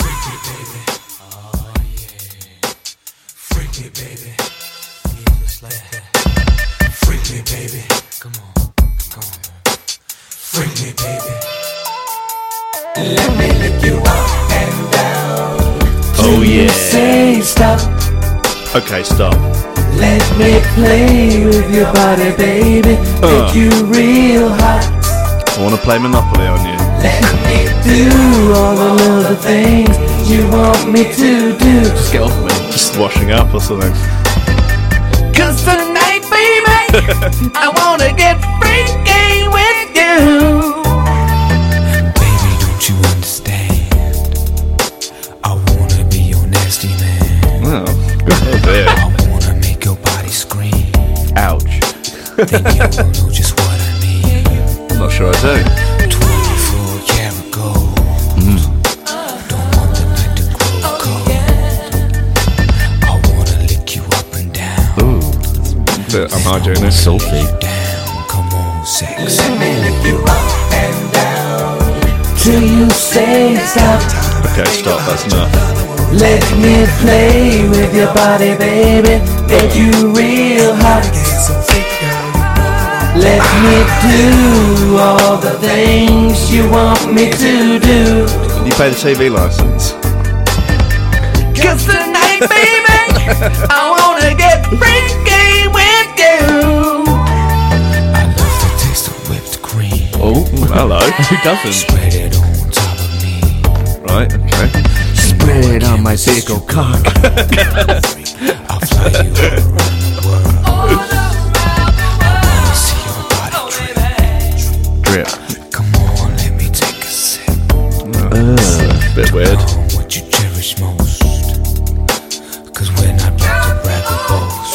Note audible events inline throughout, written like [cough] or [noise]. baby. Oh yeah. Freak me, baby. Yeah, just like that. Freak me, baby. Come on, come on. Freak me, baby. Let me lick you up and down. Oh yeah. Say stop. Okay, stop. Let me play with your body, baby. Uh. Make you real hot. I want to play Monopoly on you. Let me do all the little things you want me to do. Just get off me. Just washing up or something. Cause tonight, [laughs] baby, I wanna get freaky with you. Baby, don't you understand? I wanna be your nasty man. Oh, oh dear. I wanna make your body scream. Ouch. Then you will know just what I mean. I'm not sure I 24 do. karat gold. Mm. Don't want the night to grow cold. I wanna lick you up and down. But am I doing this? Salty. down. Come on, sex. Let me lift you up and down. Till you say stop. Okay, stop. That's enough. Let me play with your body, baby. Make you real hot. Let me do all the things you want me to do. Can you pay the TV license? Cause tonight, baby, I wanna get freaky with you. I love the taste of whipped cream. Oh, [laughs] Hello. who doesn't? Spread it on top of me. Right. Okay. Spread it on my dick, oh cock. I'll fly you around the world. I wanna see your body trip. Drip. Come on, let me take a sip. Bit weird. on what you cherish most. Cause we're not back to brag or boast.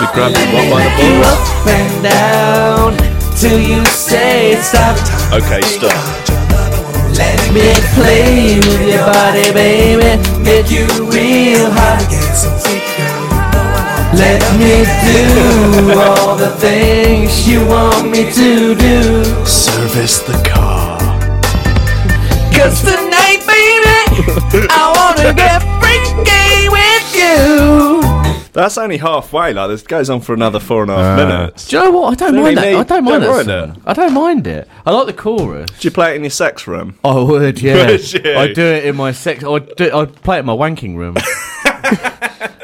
You grab it one by the balls. up and down till you say stop. Okay, stop. Let me play with your body, baby. Make you real hot. Let me do all the things you want me to do. Service the car. Cause tonight, [laughs] baby, I wanna get freaky with you. That's only halfway. Like this goes on for another four and a half minutes. Do you know what? I don't Really mind that. neat. I don't mind Don't that. mind song. I don't mind it. I like the chorus. Do you play it in your sex room? I would, yeah. [laughs] Would you? I'd do it in my sex. I'd, do, I'd play it in my wanking room. [laughs]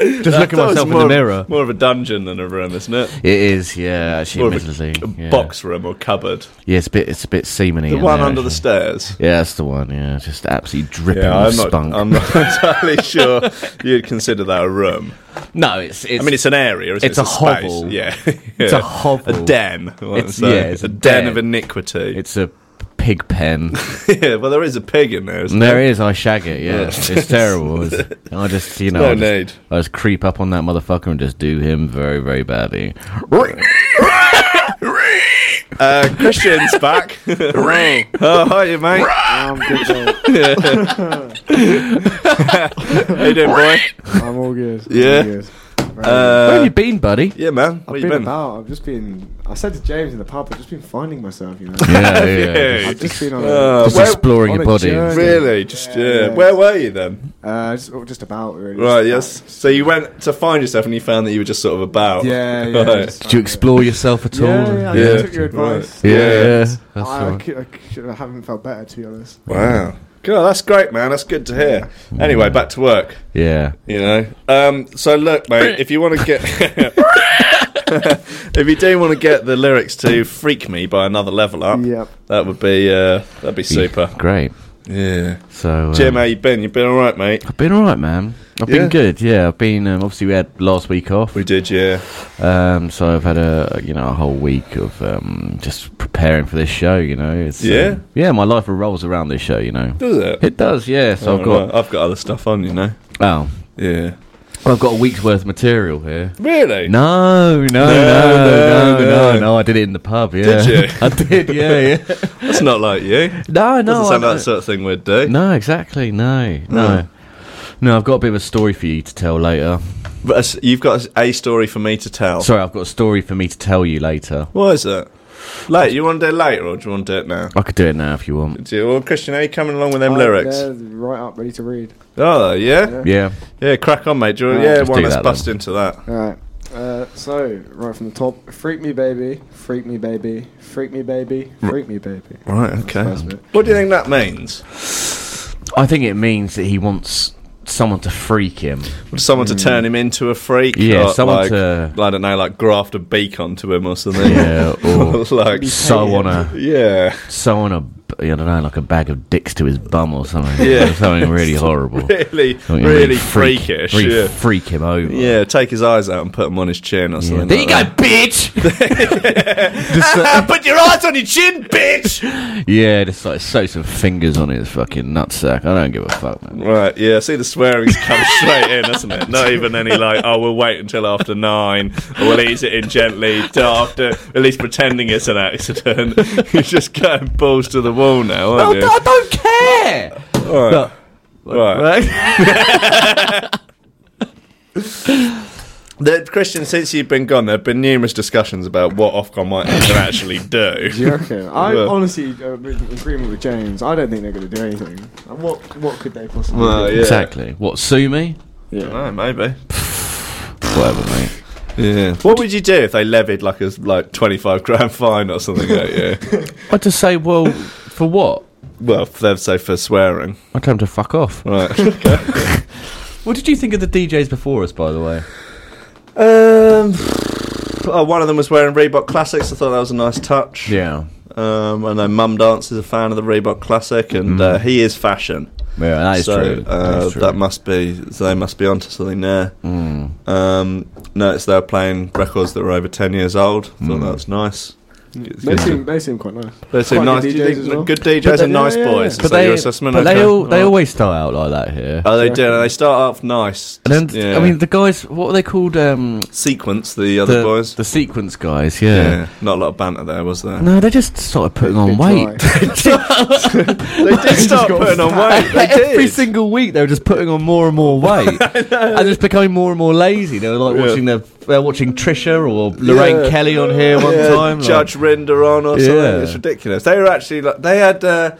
Just look at That was myself in more the of- mirror. More of a dungeon than a room, isn't it? [laughs] It is, yeah. Actually, More of admittedly, a, a yeah. box room or cupboard. Yeah, it's a bit. It's a bit seamany. The in one there, under the actually. stairs. Yeah, that's the one. Yeah, just absolutely dripping Yeah, with I'm not, spunk. I'm not [laughs] entirely sure you'd consider that a room. no, it's. it's I mean, it's an area. Isn't it? It's a space. hovel. Yeah. It's [laughs] a Yeah. hovel. A den. I wanna It's- say. yeah, it's a a, den, den. of iniquity. it's a pig [laughs] pen. [laughs] yeah, well, there is a pig in there, isn't There there? is. I shag it. Yeah, it's terrible. It's- I just, you know, No I, just, need. I just creep up on that motherfucker and just do him very, very badly. Uh, Christian's back. [laughs] oh, hi, you mate. I'm good, mate. How you doing, boy? [laughs] I'm all good. I'm Yeah. all good. Right. Where have Uh, you been, buddy? yeah, man. Where I've you been, about. I've just been. I said to James in the pub, I've just been finding myself. You know. Yeah, Yeah. [laughs] [laughs] I've just been on. Uh, A, Just Where- exploring on your a body. journey. Really? Just yeah. Yeah, yeah. Where were you then? uh, just, oh, just about. Really. Right. Just Yes. So you went to find yourself, and you found that you were just sort of about. about. [laughs] Yeah. Yeah. Right. just Did you found it. explore yourself at all? Yeah, yeah, I Yeah. took your advice. Right. Yeah, Yeah. yeah, that's I, I right. cou- I cou- I haven't felt better to be honest. Wow. God, that's great, man. That's good to hear. Anyway, back to work. Yeah. You know. Um, so look, mate. If you want to get, [laughs] if you do want to get the lyrics to "Freak Me" by another level up, Yep. that would be uh, that'd be super. Great. Yeah. So, um, Jim, how you been? You been all right, mate? I've been alright, man. I've Yeah. been good. Yeah, I've been. Um, obviously, we had last week off. We did, yeah. Um, so I've had a you know a whole week of um, just preparing for this show. You know, it's um, Yeah? yeah. My life revolves around this show. You know, Does it? it does. Yeah. So I've Oh, got right. I've got other stuff on, you know. oh, Yeah. I've got a week's worth of material here. Really? No, no, no, no, no, no, no, no. I did it in the pub. Yeah, Did you? [laughs] I did. [laughs] Yeah, yeah. That's not like you. No, no, Doesn't sound I like the don't- sort of thing we'd do. no, exactly. No, no, no. I've got a bit of a story for you to tell later. But a s- you've got a story for me to tell. Sorry, I've got a story for me to tell you later. What is it? Late, you want to do it later or do you want to do it now? I could do it now if you want. Do you, well, Christian, how you coming along with them Oh, lyrics? they're Right up, ready to read. Oh, yeah? Yeah. Yeah, crack on, mate. Do you, Right, yeah, let's why do let's that bust then. into that. All right. Uh, so right from the top, freak me baby, freak me baby, freak me baby, freak me baby. Right, okay. That's it. What do you think that means? I think it means that he wants someone to freak him. Someone to turn him into a freak? Hmm. Yeah, or, someone like, to- I don't know, like graft a beak onto him or something. [laughs] Yeah, or like, sew on a yeah. [laughs] sew on a b- I don't know, like a bag of dicks to his bum or something. Yeah. something really horrible. [laughs] Really, Something really freak- freakish. really yeah. freak him over. Yeah, take his eyes out and put them on his chin or Yeah. something. There you like go, uh, that. bitch. [laughs] [laughs] Put your eyes on your chin, [laughs] bitch. yeah, just like sew some fingers on his fucking nutsack. I don't give a fuck, man. Right, yeah. See, the swearing's come straight in, isn't it? Not even any like, oh, we'll wait until after nine, or we'll ease it in gently till after, at least pretending it's an accident. [laughs] You're just going balls to the wall now, aren't you? don't care. Right. right. [laughs] The, Christian, since you've been gone, there have been numerous discussions about what Ofcom might even actually do. Do you reckon? I Well- honestly uh, in agreement with James. I don't think they're going to do anything. And What What could they [laughs] possibly Well, do? yeah. Exactly. What sue me? Yeah. Oh, maybe. Whatever, mate. Yeah. What would you do if they levied like a like twenty five grand fine or something at you? [laughs] I just say, well, for what? well, they'd say for swearing, I told him to fuck off. right? [laughs] What did you think of the DJs before us, by the way? um, [laughs] oh, one of them was wearing Reebok Classics. I thought that was a nice touch. Yeah. Um, I know Mum Dance is a fan of the Reebok Classic, and uh, he is fashion. Yeah, Mm. that is so true. Uh, that is true. that must be they must be onto something there. Mm. Um, noticed they were playing records that were over ten years old. Thought Mm. that was nice. They seem, they seem quite nice. They seem Quite good nice. Do you DJs think as well. good DJs But are they- nice yeah, yeah, boys? yeah. Is But that they, your assessment? but they, Okay. all, they Alright. always start out like that here. Oh, they do. They start off nice. and then, yeah. I mean, the guys, what were they called? Um, sequence the other the, boys. the sequence guys, yeah. not a lot of banter there, was there? No, they just started putting on Bit weight. [laughs] dry. [laughs] Oh, They did start putting on weight. They [laughs] Every did. single week, they were just putting on more and more weight, and just becoming more and more lazy. They were like Yeah. watching their, they're watching Trisha or Lorraine Yeah. Kelly on here one Yeah, time. like- Judge Rinder on or Yeah. something. It's ridiculous. They were actually like they had uh,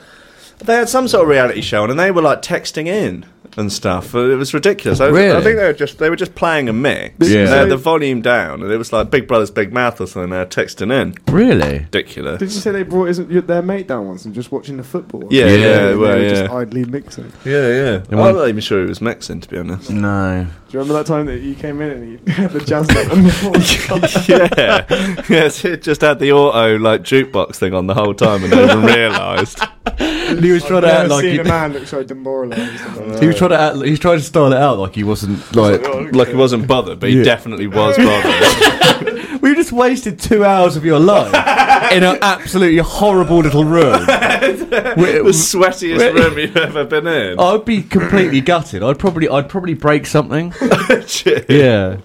they had some sort of reality show on, and they were like texting in and stuff. It was ridiculous. I, I Really? think they were just they were just playing a mix. Yeah. They had the volume down, and it was like Big Brother's Big Mouth or something. They were texting in. really? Ridiculous. Did you say they brought his, your- their mate down once and just watching the football? Yeah, They yeah, were well, Just yeah. idly mixing. Do Yeah, yeah. I'm one- not even sure he was mixing, to be honest. [laughs] [laughs] No. you remember that time that you came in and you [laughs] had the jazz on [laughs] the floor? yeah, yes, it just had the auto like jukebox thing on the whole time and [laughs] never realised. He was trying uh, I've to act never like seen he, a man look so demoralised. he was trying to act, he was trying to style it out like he wasn't like. Like he wasn't bothered, but he Yeah. definitely was [laughs] bothered. We just wasted two hours of your life in an absolutely horrible little room. the sweatiest room you've ever been [laughs] in. I'd be completely gutted. I'd probably, I'd probably break something. Oh, Shit. Yeah.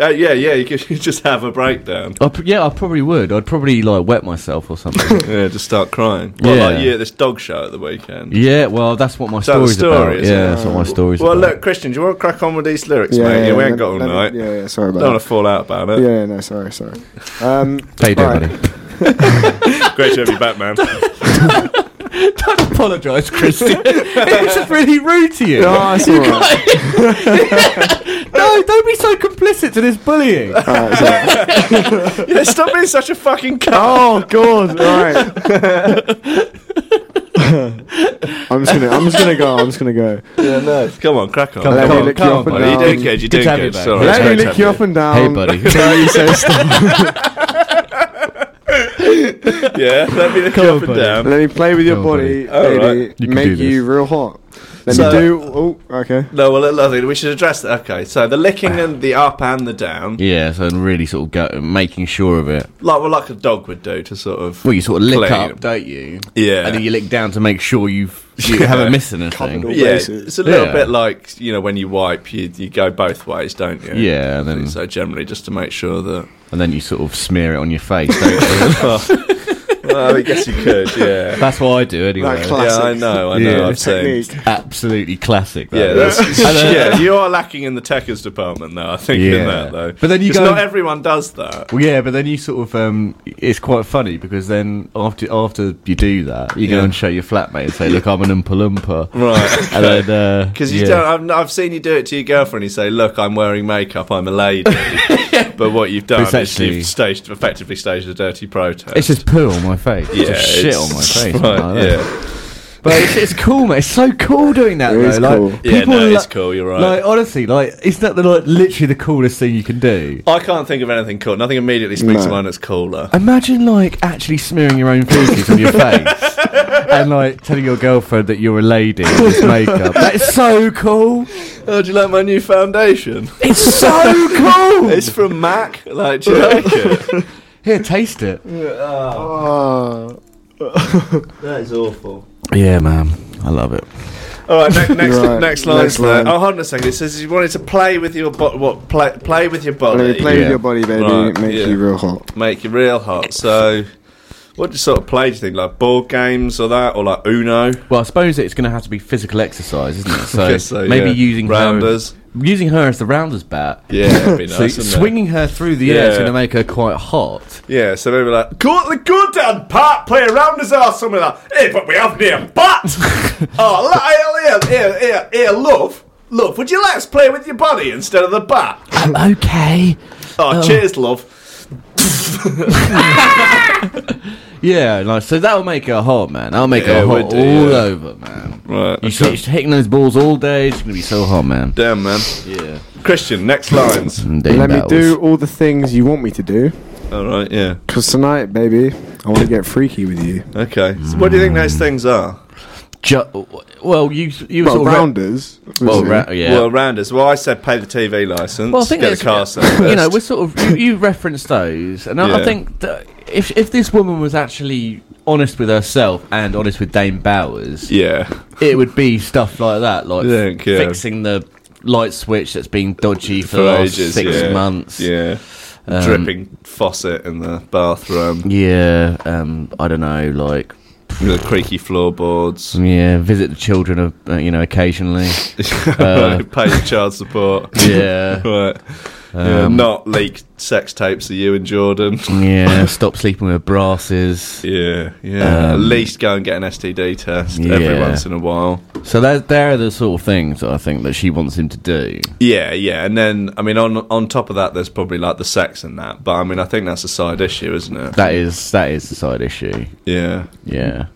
Uh, yeah, yeah, you could [laughs] you just have a breakdown. I pr- yeah, I probably would. I'd probably like wet myself or something. [laughs] Yeah, just start crying. Well, Yeah. like you at this dog show at the weekend. yeah, well, that's what my that the story's story, about. is it? Oh. Yeah, that's what my story's Well, about. look, Christian, do you want to crack on with these lyrics, mate? Yeah, we ain't got all let me- night. Yeah, yeah, sorry about Don't want that. to fall out about it. Yeah, yeah, no, sorry, sorry. Um, how you doing, right. buddy? [laughs] Great to have you back, [laughs] man. Don't apologise, Christian. [laughs] it was just really rude to you. No, it's all right. No, don't be so complicit to [laughs] this bullying. All right, it's all right. yeah, stop being such a fucking cunt. Oh god! All right. [laughs] I'm just gonna. I'm just gonna go. I'm just gonna go. Yeah, no. Come on, crack on. Come on, Let me come lick on, you up and Are you down. doing good? You're Good doing to have you good. back. Sorry. Let sorry Let me to lick have you up and down. Um, [laughs] Hey, buddy. Until you say stop. Yeah, let me lick you Come on, up and buddy. down. Let me play with your Go on, body, buddy. All baby. right. You can do Make this. you real hot. Let So- me do. Oh, okay. No, well, I think we should address that. Okay, so the licking Ah. and the up and the down, yeah, so I'm really sort of go- making sure of it. like well, like a dog would do to sort of. Well, you sort of lick Clean. up, don't you? Yeah. And then you lick down to make sure you've, you Yeah. haven't missed Covered all anything. yeah, bases. it's a little Yeah. bit like you know when you wipe, you you go both ways, don't you? Yeah, and then, So generally, just to make sure that. [laughs] and then you sort of smear it on your face, don't you? Oh, Well, I [laughs] guess you could, yeah. That's what I do anyway. That classic. Yeah, I know, I know, Yeah. I've seen. [laughs] technique. Absolutely classic. that Yeah, is. [laughs] that's, And, uh, [laughs] yeah, you are lacking in the techers department, though. I think in Yeah. that though, But then you 'Cause go- not everyone does that. Well, yeah, but then you sort of um, it's quite funny because then after after you do that, you Yeah. go and show your flatmate and say, "Look, I'm an Oompa Loompa," [laughs] Right. and then uh, Because you don't, I've, I've seen you do it to your girlfriend. You say, "Look, I'm wearing makeup. I'm a [laughs] lady." but what you've done But it's is actually- you've staged, effectively staged a dirty protest. It's just poo on my face. Yeah, yeah, shit it's- on [laughs] my face. Right, something like that. yeah, But it's, it's cool, mate. It's so cool doing that. It though. is like, cool. yeah. people no, are it's like- cool. You're right. Like honestly, like isn't that the, like literally the coolest thing you can do? oh, I can't think of anything cool. Nothing immediately speaks No. to mine that's cooler. Imagine like actually smearing your own feces on [laughs] your face and like telling your girlfriend that you're a lady with makeup. That's so cool. [laughs] Oh, do you like my new foundation? [laughs] It's so cool. it's from Mac. Like, do you like it? Here, taste it. Oh. [laughs] That is awful. Yeah, man. I love it. All right, ne- next Right, next next line's there. line. Oh, hold on a second. It says you wanted to play with your bo- what play play with your When body, you play Yeah. with your body, baby, Right, it makes yeah. you real hot. make you real hot. So, what sort of play do you think? Like board games or that, or like Uno? Well, I suppose it's going to have to be physical exercise, isn't [laughs] it? So, Guess so, maybe yeah. using rounders. her, using her as the rounders bat. [laughs] Yeah, it'd be nice. So wouldn't it? swinging her through the air is Yeah. going to make her quite hot. Yeah, so maybe like, got the good down part, play around his arse somewhere like, hey, but we have near [laughs] butt. oh, here, here, here, here, love, love, would you let us play with your body instead of the bat? okay. Oh, cheers, love. Yeah, like so that'll make her hot, man. That'll make Yeah, her it hot would do, all yeah. over, man. Right, You okay. hitting those balls all day. It's going to be so hot, man. Damn, man. Yeah. Christian, next lines. Let me do all the things you want me to do. All right, yeah. Because tonight, baby, I want to get freaky with you. Okay. So what do you think Mm. those things are? Ju- well, you you Well, sort of rounders. Well, obviously. ra- yeah. Well, rounders. Well, I said pay the TV license, Well, I think get a there's- car serviced. you know, we're sort of you, you referenced those, and I, Yeah. I think that if if this woman was actually honest with herself and honest with Dame Bowers, Yeah. it would be stuff like that, like I think, yeah. fixing the light switch that's been dodgy for, For the last ages, six yeah. months. Yeah. Um, Dripping faucet in the bathroom. Yeah, um, I don't know, like The creaky floorboards. [laughs] yeah, visit the children, of, uh, you know, [laughs] occasionally. Uh, Right, [laughs] pay your child support. yeah, [laughs] Right. Yeah, Um, not leak sex tapes of you and Jordan. [laughs] yeah, stop sleeping with brasses. Yeah, yeah. At Um, least go and get an STD test every Yeah. once in a while. So that there are the sort of things that I think that she wants him to do. Yeah, yeah. And then, I mean, on on top of that, there's probably like the sex and that. But I mean, I think that's a side issue, isn't it? That is that is the side issue. Yeah. Yeah.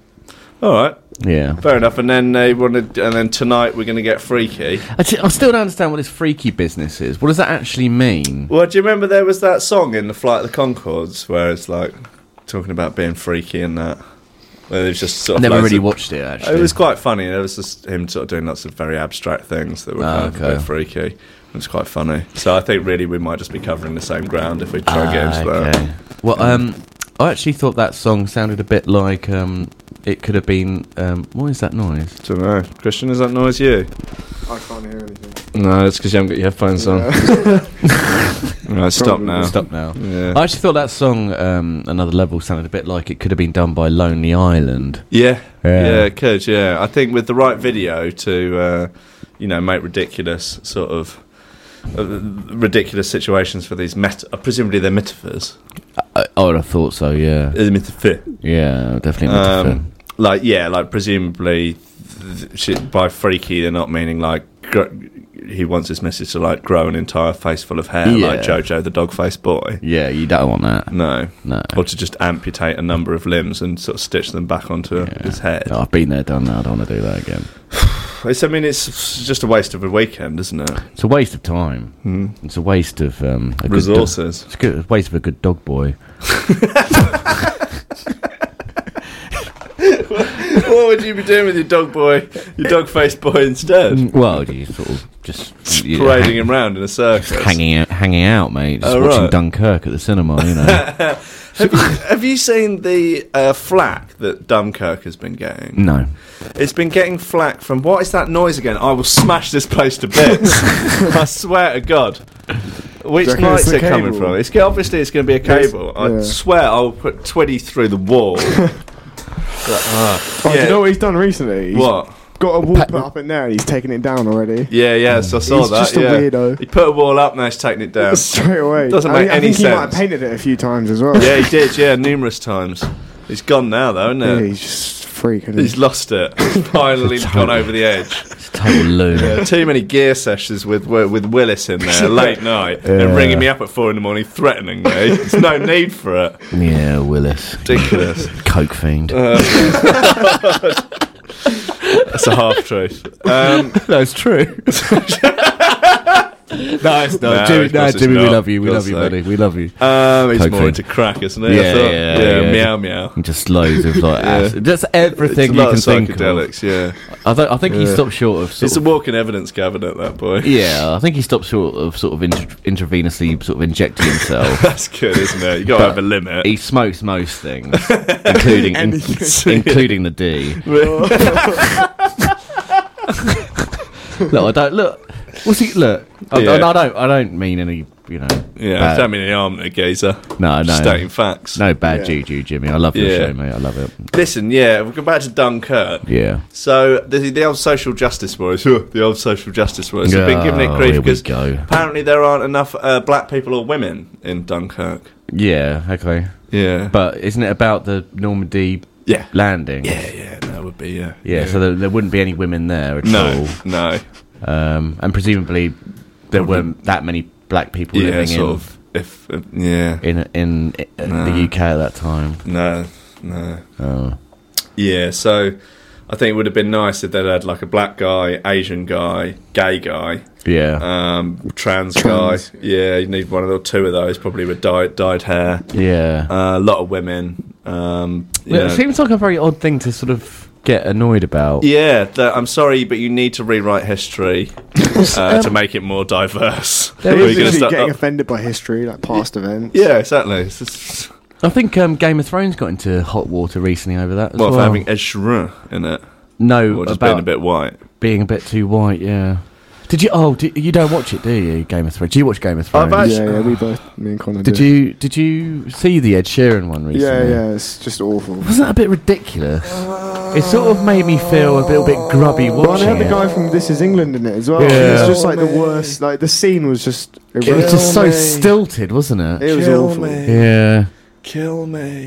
All right. Yeah. Fair enough. And then they wanted, and then tonight we're going to get freaky. I, t- I still don't understand what this freaky business is. What does that actually mean? Well, do you remember there was that song in the Flight of the Concords where it's like talking about being freaky and that? Where they've just sort I of never loads really of- watched it actually. oh, It was quite funny. It was just him sort of doing lots of very abstract things that were Ah, kind of a okay. bit freaky. It was quite funny. So I think really we might just be covering the same ground if we try and get Ah, into that. okay. Well, um, I actually thought that song sounded a bit like um, it could have been. Um, what is that noise? Don't know. Christian, is that noise you? I can't hear anything. No, it's because you haven't got your headphones [laughs] Right, stop now. Stop now. Yeah. I actually thought that song, um, another level, sounded a bit like it could have been done by Lonely Island. Yeah, yeah, Yeah. it could. Yeah, I think with the right video to, uh, you know, make ridiculous sort of uh, ridiculous situations for these meta. Uh, presumably they're metaphors. I, I would have thought so. Yeah, Uh, metaphor. yeah, definitely. not the Um, like yeah, like presumably th- shit, by freaky they're not meaning like. Gr- he wants his missus to like grow an entire face full of hair, like Yeah. Jojo the dog faced boy. yeah, you don't want that. No, No, or to just amputate a number of limbs and sort of stitch them back onto Yeah. his head. No, I've been there, done that. I don't want to do that again. It's, I mean, it's just a waste of a weekend, isn't it? It's a waste of time. It's a waste of um, a good Hmm. do- Resources. it's a good, waste of a good dog boy. what would you be doing with your dog boy, your dog faced boy instead? Mm, Well, you sort of just you know, Parading hang- him round in a circus. hanging out, hanging out, mate. Just Oh, watching right. Dunkirk at the cinema. [laughs] You know, Have you, have you seen the uh, flack that Dunkirk has been getting? no. It's been getting flack from what is that noise again? I will smash this place to bits. I swear to God. Which Do you reckon light's it's the it coming cable? from? It's g- obviously it's going to be a Yes, cable. I yeah. swear I'll put twenty through the [laughs] wall. But, uh, Oh, do yeah. you know what he's done recently? He's what? Got a wall put up in there and he's taken it down already. Yeah, yes, I saw He's that. just a yeah. weirdo. He put a wall up, now he's taking it down. [laughs] Straight away. Doesn't I make mean, I any think he might have sense. painted it a few times as well. [laughs] yeah, he did. Yeah, numerous times. He's gone now, though, isn't Yeah, he? he's just freaking. He's lost it. He's finally gone over the edge. It's a total loon. Yeah, too many gear sessions with with with Willis in there late night Yeah. and ringing me up at four in the morning, threatening me. There's no need for it. Yeah, Willis. Ridiculous. Uh, Coke fiend. That's a half truth. [laughs] Um, [laughs] That's true. no, it's not. No, Jimmy, of no, course it's Jimmy we not. love you. We Of love you, course buddy. We love you. um, he's Coke more thing. into crack, isn't he? I Yeah, thought- yeah, yeah. meow meow. And Just loads of like Yeah. acid. Just It's a everything you lot can of think of. psychedelics, yeah. I, th- I think he Yeah. stopped short of. Sort It's a of walking evidence cabinet, that boy. yeah, I think he stopped short of sort of int- intravenously sort of injecting [laughs] himself. That's good, isn't it? You got to have a limit. he smokes most [laughs] things, including in- including the D. look, I don't look. What's he look? I, Yeah. I, I don't. I don't mean any. You know. yeah, bad- don't mean any harm to the geezer. No, no. Stating facts. No bad Yeah. juju, Jimmy. I love your Yeah. show, mate. I love it. Listen, yeah, we'll go back to Dunkirk. Yeah. So the, the old social justice warriors, the old social justice warriors, have been giving it Oh, grief here we because go. apparently there aren't enough uh, black people or women in Dunkirk. Yeah. Okay. Yeah, But isn't it about the Normandy yeah, landing? yeah, yeah. That would be yeah, Yeah, so there, there wouldn't be any women there at no, no, all, um, and presumably there weren't that many black people yeah, living sort in of. If uh, yeah, in in, in No. the UK at that time. no, no, Oh. yeah. So I think it would have been nice if they'd had like a black guy, Asian guy, gay guy, Yeah, um, trans, Trans, guy. Yeah, you need one or two of those probably with dyed dyed hair. yeah. Uh, a lot of women. Um, you Well, know. It seems like a very odd thing to sort of get annoyed about. Yeah, th- I'm sorry, but you need to rewrite [laughs] history uh, to make it more [laughs] diverse. There Or is you're He's gonna literally start- getting oh, offended by history, like past [laughs] events. yeah, exactly. It's just, I think um, Game of Thrones got into hot water recently over that. As well, well, for having Ezra in it, no or just about being a bit white. being a bit too white. Yeah. Did you? Oh, do, you don't watch it, do you? Game of Thrones. Do you watch Game of Thrones? I've actually- yeah, yeah. We both, me and Connor. Did do. you did you see the Ed Sheeran one Yeah, recently? yeah. It's just awful. Wasn't that a bit ridiculous? It sort of made me feel a little bit grubby Well, and they watching had the it. guy from This Is England in it as well. Yeah. It's just like the worst. Like the scene was just. It was just so irrelevant. stilted, wasn't it? It was Kill awful. me. Yeah. Kill me.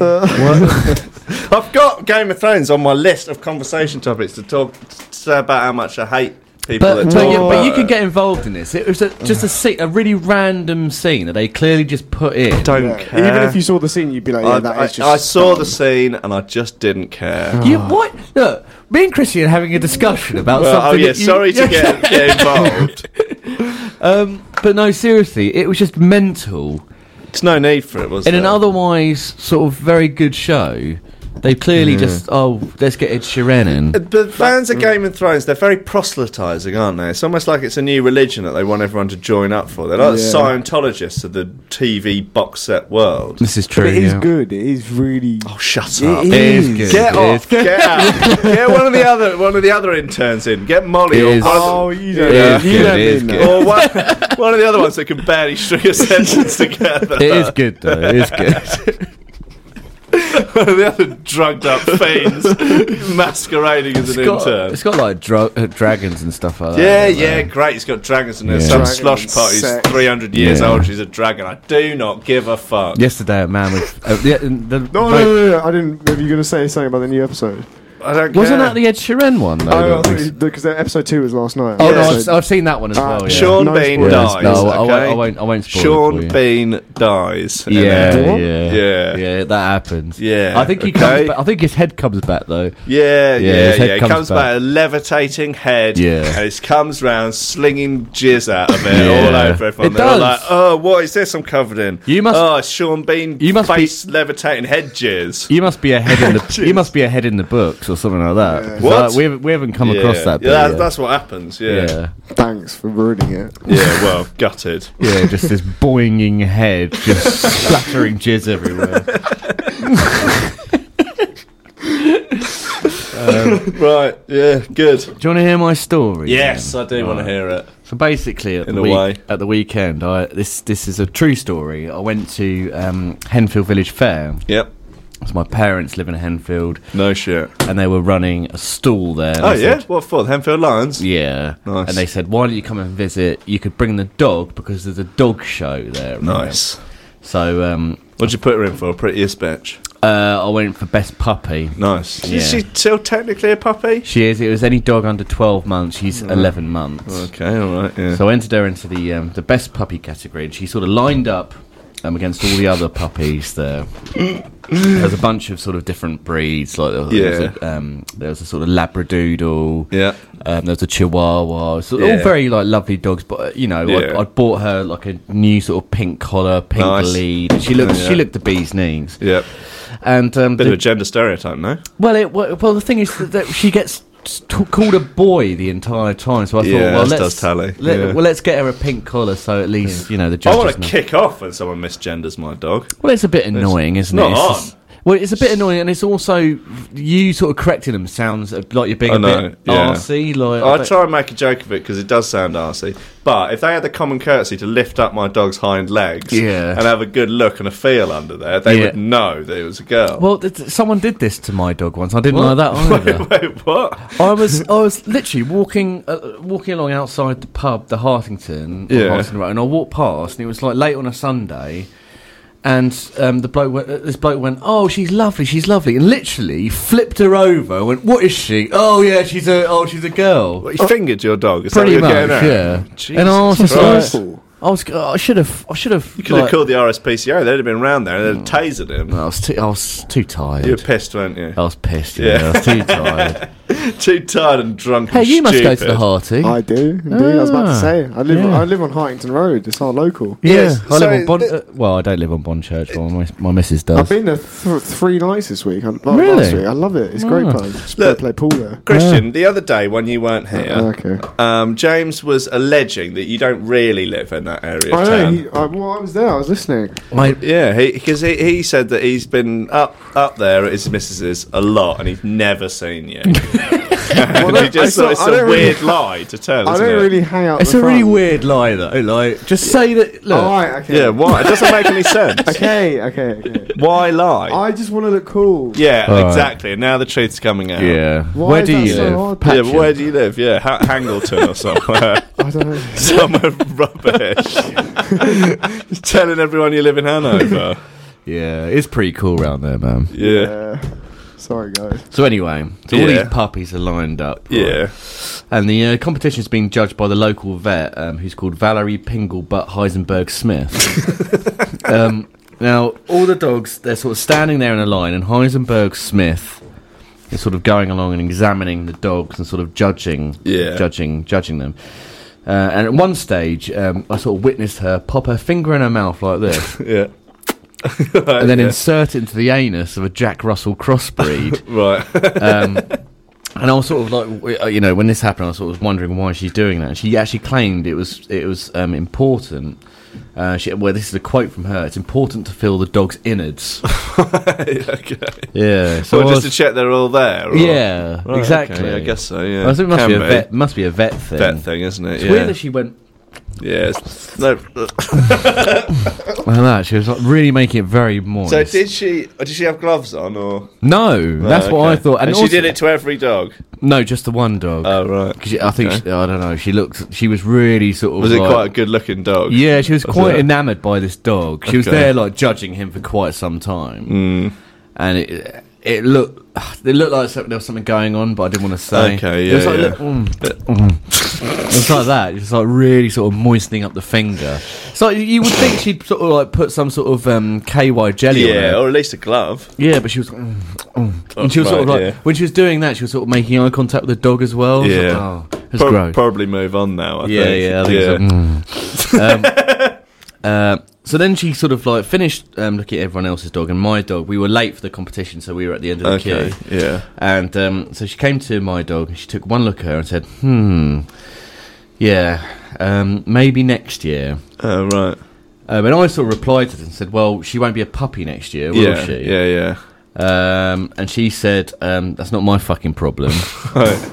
I've got Game of Thrones on my list of conversation topics to talk to say about how much I hate people But, that but, talk you, but about you can it. get involved in this. It was a, just a scene, a really random scene that they clearly just put in. Don't Yeah. care. Even if you saw the scene, you'd be like, I, yeah, that is I- just. I saw dumb. the scene and I just didn't care. You what? Look, me and Christian are having a discussion about Well, something. oh yeah, that you- sorry [laughs] [laughs] to get, get involved. Um, but no, seriously, it was just mental. It's no need for it, was In there? an otherwise sort of very good show, they clearly Mm. just oh let's get Ed Sheeran in. But but fans of Game of Thrones, they're very proselytising, aren't they? It's almost like it's a new religion that they want everyone to join up for. They're like the Yeah. Scientologists of the TV box set world. This is true. But it is yeah. good. It is really. Oh, shut It up! is. It is good. Get It off! is- Get [laughs] out! get one of the other one of the other interns in. Get Molly It or is- one of the- [laughs] Oh, you don't. Yeah. you don't It is mean good. that. Oh, or one, one of the other ones that can barely string a [laughs] sentence together. It is good though. [laughs] It is good. one of [laughs] the other drugged up fiends [laughs] masquerading as It's an got, intern. it's got like dra- uh, dragons and stuff like Yeah, that. yeah, great. He's got dragons in there. Yeah. Some Dragons, slosh party's sex. 300 years Yeah. old. She's a dragon. I do not give a fuck. Yesterday, a man with uh, the, the, No, no, no, no, I didn't. Were you going to say something about the new episode? I don't wasn't care. that the Ed Sheeran one though? Oh, that was- because episode two was last night. oh no, yeah. I've, I've seen that one as Uh, well. Yeah. Sean No Bean spoilers. dies. No, I won't- okay? I won't- I won't spoil it for Sean you. Bean dies. in Yeah, it. Yeah. yeah, Yeah. yeah. That happens. Yeah, I think he okay. comes. Back, I think his head comes back though. Yeah, yeah, yeah. his head It comes comes back a levitating head. Yeah. And it comes round slinging jizz out of it all Yeah. over everyone. It They're all does. like, oh, what is this I'm covered in? You must- Oh, it's Sean Bean You must be- face levitating head jizz. You must be ahead [laughs] in the. you must be ahead in the books or something like that. 'Cause What? like, we, haven't, we haven't come yeah. across that. Yeah, bit that's, yet. that's what happens. Yeah. Thanks for ruining it. [laughs] Yeah, well, gutted. yeah, yeah. Just this boinging [laughs] head, just splattering jizz everywhere. Um, right, yeah, good. Do you want to hear my story? Yes, then? I do want to Right. hear it. So basically, at In the a week, way. at the weekend, I this this is a true story. I went to um, Henfield Village Fair. Yep. So my parents live in Henfield, No shit. and they were running a stall there. and Oh I yeah. said- What for? The Henfield Lions. yeah. Nice. And they said, "Why don't you come and visit? You could bring the dog because there's a dog show there." Nice. So um, What'd you put her in for? Prettiest bitch. uh, I went for best puppy. Nice. Yeah. Is she still technically a puppy? She is. It was any dog under twelve months. She's Mm. eleven months. Okay. All right. Yeah. So I entered her into the um, the best puppy category, and she sort of lined up um, against all the other puppies there. There's a bunch of sort of different breeds. Like there was, there was a, um, there was a sort of labradoodle. yeah. Um, there was a chihuahua. So Yeah. all very like lovely dogs, but uh, you know, Yeah. I, I bought her like a new sort of pink collar, pink Nice. lead. and She looked Yeah. she looked the bee's knees, Yeah. and um, Bit the- of a gender stereotype, no? well, it, well, well, the thing is that, that she gets t- called a boy the entire time. So I thought, Yeah, well, that let's does tally. Let, Yeah. Well, let's get her a pink collar, so at least you know the I judges. want to know. kick off when someone misgenders my dog. Well, it's a bit annoying, isn't not it? It's on. just- well, it's a bit annoying, and it's also you sort of correcting them sounds uh, like you're being I a know, bit yeah. arsey. Like, I I don't- try and make a joke of it because it does sound arsey. But if they had the common courtesy to lift up my dog's hind legs Yeah. and have a good look and a feel under there, they Yeah. would know that it was a girl. Well, th- th- someone did this to my dog once. I didn't like that either. [laughs] Wait, what? I was I was literally walking uh, walking along outside the pub, the Hartington, on Yeah. Hartington Road, and I walked past, and it was like late on a Sunday, and um, the bloke went, uh, this bloke went, oh, she's lovely, she's lovely, and literally flipped her over, and went, what is she? Oh yeah, she's a oh she's a girl, Well, you fingered your dog. Is pretty that what you're much, getting at? yeah. Jesus and I was just Christ. like, I was I should have I should have You could have called the RSPCA. They'd have been round there Mm. and they'd have tasered him. I was too I was too tired. You were pissed, weren't you? I was pissed. Yeah, I was too tired. [laughs] Too tired and drunk. hey, and you must go to stupid. the Harting. I do. Indeed. I was about to Ah, say. I live. yeah. I live on Hartington Road. It's our local. Yeah, Yes, I so live on Bon. th- uh, well, I don't live on Bonchurch. Well, my, my missus does. I've been there th- three nights this week. I, like, Really? Last week. I love it. It's a great Ah. fun. Just Look- play pool there. Ah, Christian, the other day when you weren't here, Okay. Uh-uh. um, James was alleging that you don't really live in that area. I Of know. town. He, I, well, I was there. I was listening. My, Yeah, because he, he, said that he's been up up there at his missus's a lot and he's never seen [laughs] you. and he just it's thought not- it's I a don't really- weird lie to tell. I isn't don't it? really hang out. it's the a front. really weird lie, though. Like, just say that. Look, All right. Okay. Yeah, why? It doesn't make [laughs] any sense. Okay. [laughs] Okay. okay. Why lie? I just want to look cool. yeah, All right. exactly. And now the truth's coming out. yeah. Why where is do that you so live? hard? Yeah, Patcham. but where do you live? Yeah, ha- Hangleton or [laughs] somewhere. I don't know. somewhere rubbish. Just telling everyone you live in Hanover. yeah, it's pretty cool round there, man. Yeah. Yeah. Uh, Sorry, guys. So anyway, so all Yeah. these puppies are lined up. right? Yeah. and the uh, competition's been judged by the local vet, um, who's called Valerie Pinglebutt Heisenberg Smith. um, now, all the dogs they're sort of standing there in a line, and Heisenberg Smith is sort of going along and examining the dogs and sort of judging, Yeah. judging, judging them. Uh, and at one stage, um, I sort of witnessed her pop her finger in her mouth like [laughs] this, Yeah. and then insert it into the anus of a Jack Russell crossbreed. Right. [laughs] Um, [laughs] and I was sort of like, w- uh, you know, when this happened, I was sort of wondering why she's doing that. And she actually claimed it was it was um, important. Uh, she, well, this is a quote from her. It's important to feel the dog's [laughs] innards. okay. yeah. So I just was- to check they're all there. or- yeah, Right, exactly. okay, I guess so. Yeah. I think it must Can be, a vet. Must be a vet thing. Vet thing, isn't it? It's yeah. weird that she went yeah. it's- [laughs] No. like that. She was like really making it very moist. So did she? Or did she have gloves on or? no, that's Oh, what I okay. thought. And, she also- did it to every dog. No, just the one dog. Oh right. 'Cause she- I think Okay. she, I don't know. She looked. She was really sort of. Was it like- quite a good-looking dog? Yeah, she was quite it? enamoured by this dog. She was Okay. there like judging him for quite some time, Mm. and it it looked it looked like something, there was something going on, but I didn't want to say. Okay, it was yeah, like, yeah. look, mm, mm. it was like that. It was like really sort of moistening up the finger. So you would think she'd sort of like put some sort of um, KY jelly on Yeah, it. or at least a glove. Yeah, but she was, mm, mm. and she was sort of Right, like yeah. when she was doing that, she was sort of making eye contact with the dog as well. She was Yeah. like, oh, it's Pro- gross. Probably move on now. I yeah, think. yeah, I think so. um, uh, so then she sort of like finished um, looking at everyone else's dog and my dog. We were late for the competition, so we were at the end of the Okay. queue. Yeah. And um, so she came to my dog and she took one look at her and said, "Hmm, yeah, um, maybe next year." Uh, Oh right. Um, and I sort of replied to this and said, "Well, she won't be a puppy next year, will yeah. she?" Yeah. [laughs] Yeah. Um, and she said, um, "That's not my [laughs] fucking problem." Um,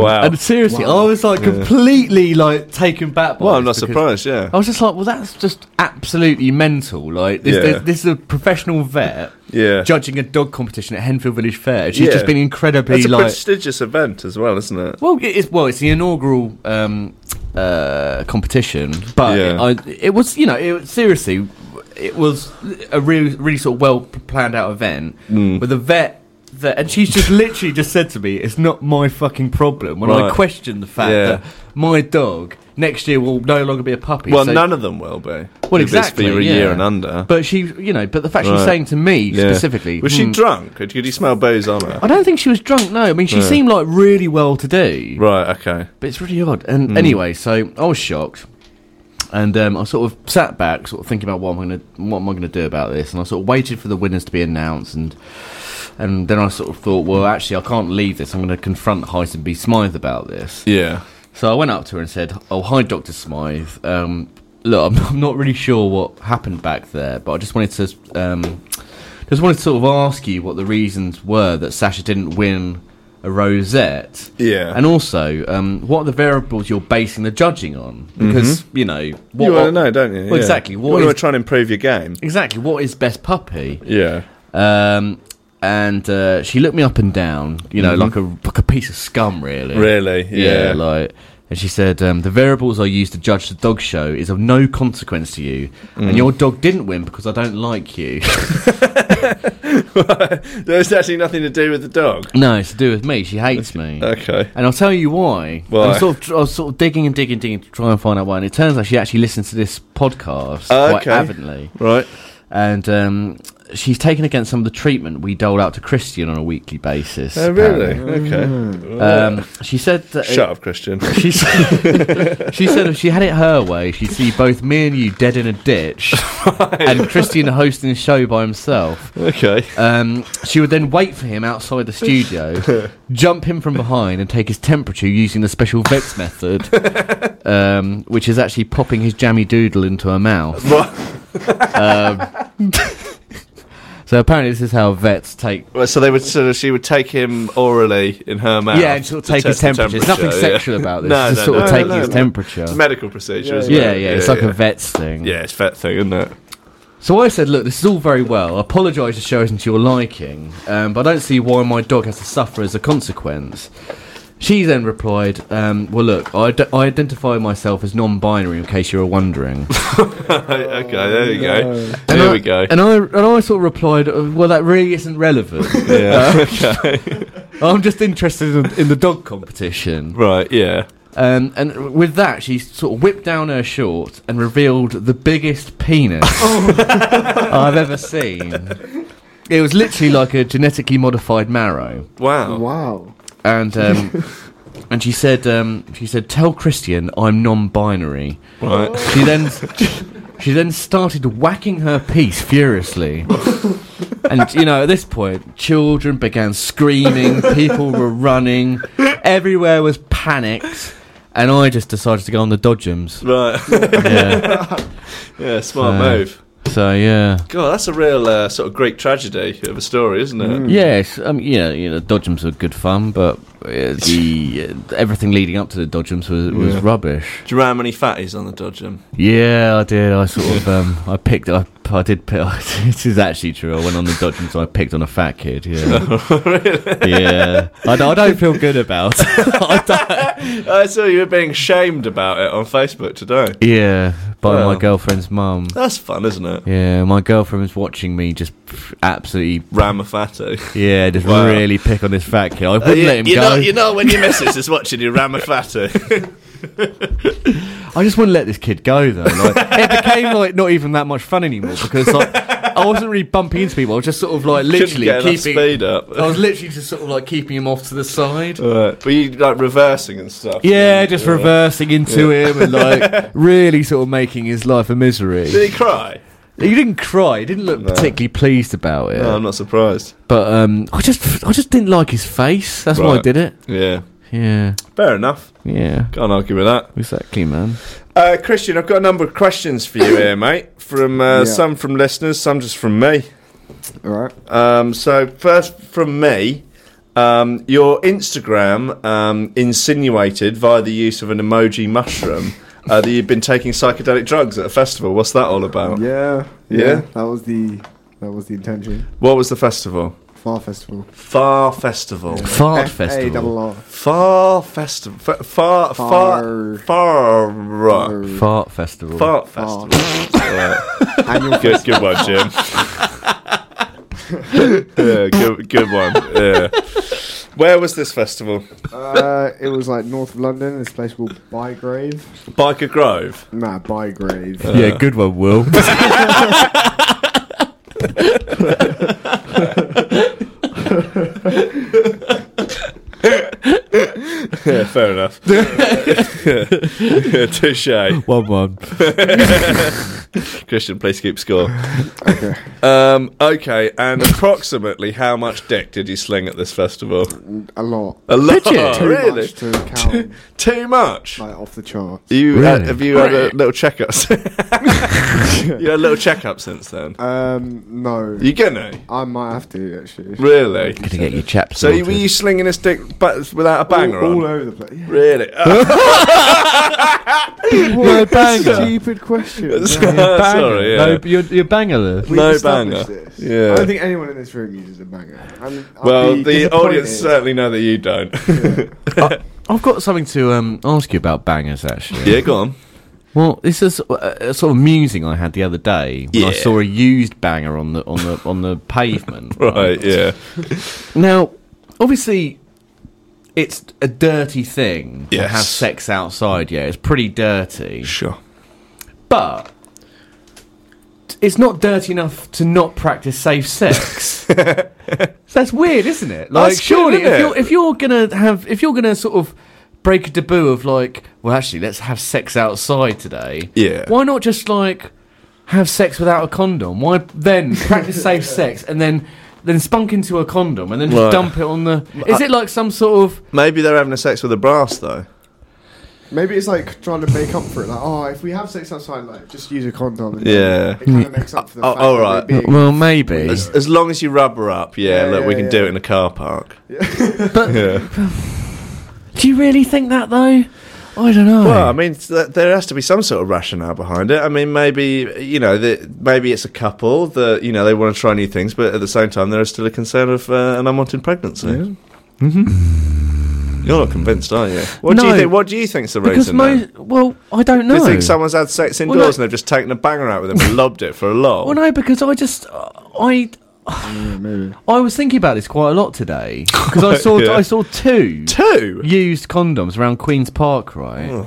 Wow. And seriously, I was like completely like taken back. By well, I'm not this because Oh, surprised. Yeah, I was just like, "Well, that's just absolutely mental." Like this, Yeah. this, this is a professional vet yeah. judging a dog competition at Henfield Village Fair. She's Yeah. just been incredibly It's a like. prestigious event as well, isn't it? Well, it is. Well, it's the inaugural um, uh, competition, but Yeah. I, it was, you know, it, seriously, it was a really, really sort of well planned out event Mm. with a vet. That, and she's just literally just said to me, "It's not my fucking problem." When I Right. question the fact Yeah. that my dog next year will no longer be a puppy. Well, so- none of them will be. Well, If it's for exactly, your yeah. year and under. But she, you know, but the fact she's Right. saying to me Yeah. specifically, was she "Hmm, drunk? Could could you smell booze on her? I don't think she was drunk. No, I mean she Right. seemed like really well to do. Right. Hmm. Okay. But it's really odd. And anyway, so I was shocked, and um, I sort of sat back, sort of thinking about what I'm gonna, what am I gonna do about this? And I sort of waited for the winners to be announced, and and then I sort of thought, well, actually, I can't leave this. I'm gonna confront Heisenby Smythe about this. Yeah. So I went up to her and said, "Oh, hi, Doctor Smythe. Um, look, I'm, [laughs] I'm not really sure what happened back there, but I just wanted to, um, just wanted to sort of ask you what the reasons were that Sasha didn't win a rosette." Yeah. And also, um, what are the variables you're basing the judging on? Because you know, what, Mm-hmm. you want to know, don't you? Well, exactly. What you want is- to try and improve your game. exactly what is best puppy? Yeah. Um, and uh, she looked me up and down, you know, like a like a piece of scum, really. Mm-hmm. Really. Yeah, Yeah. like. And she said, um, the variables I use to judge the dog show is of no consequence to you, Mm. and your dog didn't win because I don't like you. [laughs] There's actually nothing to do with the dog. no, it's to do with me. She hates me. Okay. And I'll tell you why. Why? I was, sort of, tr- I was sort of digging and digging and digging to try and find out why. And it turns out she actually listens to this podcast quite Okay. avidly. Right. And um, she's taken against some of the treatment we dole out to Christian on a weekly basis. Oh, really? apparently. Okay. Um, she said that. it- Shut up, Christian. she said, she said if she had it her way, she'd see both me and you dead in a ditch and Christian hosting a show by himself. okay. Um, she would then wait for him outside [laughs] the studio, jump him from behind, and take his temperature using the special vet's method, [laughs] um, which is actually popping his jammy doodle into her mouth. Um, Right. [laughs] So apparently, this is how vets take. Well, so they would sort of, she would take him orally in her mouth. Yeah, and sort of to take his test the temperature. There's nothing yeah. sexual about this. No, it's just no, sort of no, taking no, his no. temperature. It's a medical procedure, isn't Yeah, yeah, it? it's like a vet's thing. Yeah, it's vet thing, isn't it? [laughs] So I said, look, this is all very well. I apologise the show isn't to your liking, um, but I don't see why my dog has to suffer as a consequence. She then replied, um, well, look, I, d- I identify myself as non binary in case you [laughs] were wondering. okay, there you go. no. There I, we go. And I, and I sort of replied, uh, well, that really isn't relevant. [laughs] yeah. okay. I'm just interested in, in the [laughs] dog competition. Right, yeah. Um, and with that, she sort of whipped down her shorts and revealed the biggest penis [laughs] I've ever seen. It was literally like a genetically modified marrow, Wow. Oh. Wow. and um, and she said um, she said, "Tell Christian I'm non-binary." Right. She then she then started whacking her piece furiously. And you know, at this point, children began screaming, people were running, everywhere was panicked, and I just decided to go on the dodgems. Right. Yeah. [laughs] yeah, smart Uh, move. So yeah. God, that's a real uh, sort of Greek tragedy of a story, isn't it? Yes, um, yeah, you know, dodgems were good fun, but uh, the uh, everything leading up to the dodgems was, was Yeah. rubbish. Do you ram any fatties on the um? dodgem? Yeah, I did. I sort of, um, I picked, I, I did. Pick, [laughs] this is actually true. I went on the dodgems. I picked on a fat [laughs] kid. Yeah. yeah. I, don't- I don't feel good about it. [laughs] I don't- I saw you were being shamed about it on Facebook today. yeah, by Well. my girlfriend's mum. That's fun, isn't it? Yeah, my girlfriend was watching me just absolutely, Ram a [laughs] fatty. yeah, just Wow. Uh, really pick on this fat kid. I wouldn't you, let him you go. Know, you know when your missus is watching you ram a fatty. [laughs] I just wouldn't let this kid go though. Like, it became like not even that much fun anymore because like I wasn't really bumping into people. I was just sort of like Couldn't literally get enough keeping. speed up. I was literally just sort of like keeping him off to the side. [laughs] Right. But you like reversing and stuff. Yeah, just reversing into him [laughs] and like really sort of making his life a misery. He Did he cry? didn't cry. He didn't look particularly pleased about it. No, Oh, I'm not surprised. but um, I just I just didn't like his face. That's why I Right. did it. Yeah. Yeah, Fair enough. yeah, Can't argue with that. exactly, man. Uh, Christian, [coughs] I've got a number of questions for you here, mate. From uh, Yeah. some from listeners, some just from me. All right. Um, so first from me, um, your Instagram um, insinuated via the use of an emoji mushroom uh, that you've been taking psychedelic drugs at a festival. What's that all about? Yeah, Yeah. That was the that was the intention. What was the festival? Far festival. Far Festival. Fart F A festival. double R. Far Festival. Far. Far. Far. Far- Far. uh, Fart festival. Far Far. Festival. Alright. Annual good, good one, Jim. yeah, good, good one. Yeah. Where was this festival? Uh, it was like north of London. This place called Bygrave. Biker Grove. Nah, Bygrave. yeah, good [laughs] one, Will. Yeah, fair enough. Touche. one one. Christian, please keep score. Okay. Um, okay, and approximately how much dick did you sling at this festival? A lot. A lot. you? Too Oh, really? much to [laughs] count. Too much. like off the chart. You Really? have you had a little checkup? s- [laughs] you had a little checkup since then. Um, no. You gonna I might have to actually. really? Gonna get your chaps. So you, sorted. were [laughs] you slinging a stick but without a All, banger all on? over the place. Yeah. Really? Oh, [laughs] no banger. Stupid question. Yeah. sorry. Yeah. No, you're, you're banger. We've no established banger. this. Yeah. I don't think anyone in this room uses a banger. I'm, I'd well, be the disappointed. audience certainly know that you don't. I've got something to um, ask you about bangers, actually. yeah, go on. Well, this is uh, a sort of musing I had the other day when I Yeah. saw a used banger on the on the on the pavement. [laughs] [laughs] Right, yeah. Now, obviously, it's a dirty thing to Yes. have sex outside. Yeah, it's pretty dirty, Sure. but it's not dirty enough to not practice [laughs] safe sex. That's weird, isn't it? Like, That's good, surely, isn't if it? you're if you're gonna have if you're gonna sort of break a taboo of like, well, actually, let's have sex outside today. Yeah. Why not just like have sex without a condom? [laughs] Why then practice safe sex and then then spunk into a condom and then just Right. dump it on the? Is it like some sort of? Maybe they're having a sex with a brass, though. Maybe it's like trying to make up for it. Like, oh, if we have sex outside, like, just use a condom. And Yeah. It kind of makes up for the Oh, fact all that we're right. being- Mm. Well, maybe. As, as long as you rub her up, yeah, Yeah, look, yeah, we can yeah. do it in a car park. But Yeah. do you really think that though? I don't know. Well, I mean, th- there has to be some sort of rationale behind it. I mean, maybe you know, the, maybe it's a couple that you know they want to try new things, but at the same time, there is still a concern of uh, an unwanted pregnancy. Mm. You're not convinced, are you? What do you Mm-hmm. No. think? What do you think's the because reason? then? most. Well, I don't know. Do you think someone's had sex indoors no- and they've just taken a banger out with them [laughs] and lobbed it for a lot? Well, no, because I just I Yeah, maybe. I was thinking about this quite a lot today because I [laughs] saw Yeah. I saw two Two. used condoms around Queens Park, right?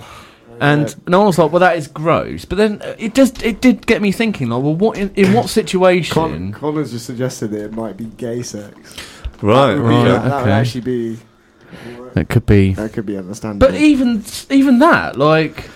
And, and I was like, well, that is gross. But then uh, it just it did get me thinking, like, well, what in, [coughs] in what Con- situation? Connor's just suggested that it might be gay sex. Right. That would be- Right, that, would okay. actually be. That could be. That could be understandable. But even even that, like,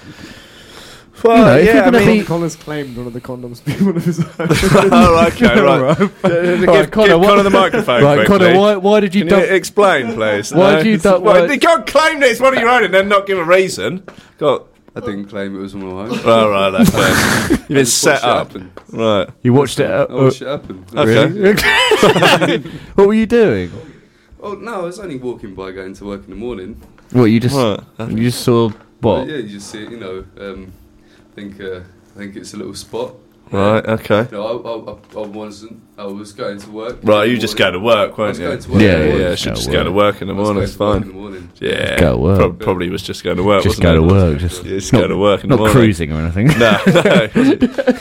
Well, You know, if yeah. you're I gonna mean, be- Con- Connor's claimed one of the condoms to be one of his [laughs] own. [laughs] oh, okay, right. give, Right, give Connor, Connor, what- the microphone. [laughs] right, quickly. Connor, why why did you Can you dump? explain, please? Why [laughs] do you don't Well, work- You can't claim that it's one of your own and then not give a reason. God. I didn't claim it was one of my own. [laughs] All right, that's [laughs] fair. You've been set up. Happen. Right. You watched it. Uh, Oh, shit happened. Okay. what were you doing? Oh, no, I was only walking by going to work in the morning. What you just Right. you just saw But what? yeah, you just see it, you know, um, I think, uh, I think it's a little spot. Right, okay. No, I, I, I, I wasn't. I was going to work. Right, you just go to work, I won't was you? going to work. Yeah, in the yeah, morning. yeah. Should just go to work in the I was morning. going It's to work In fine. the morning. Yeah. Go to work. Prob- probably was just going to work. Just wasn't go to it? work. Just Yeah, just go to work in the not morning. cruising or [laughs] anything. No, no. [laughs] he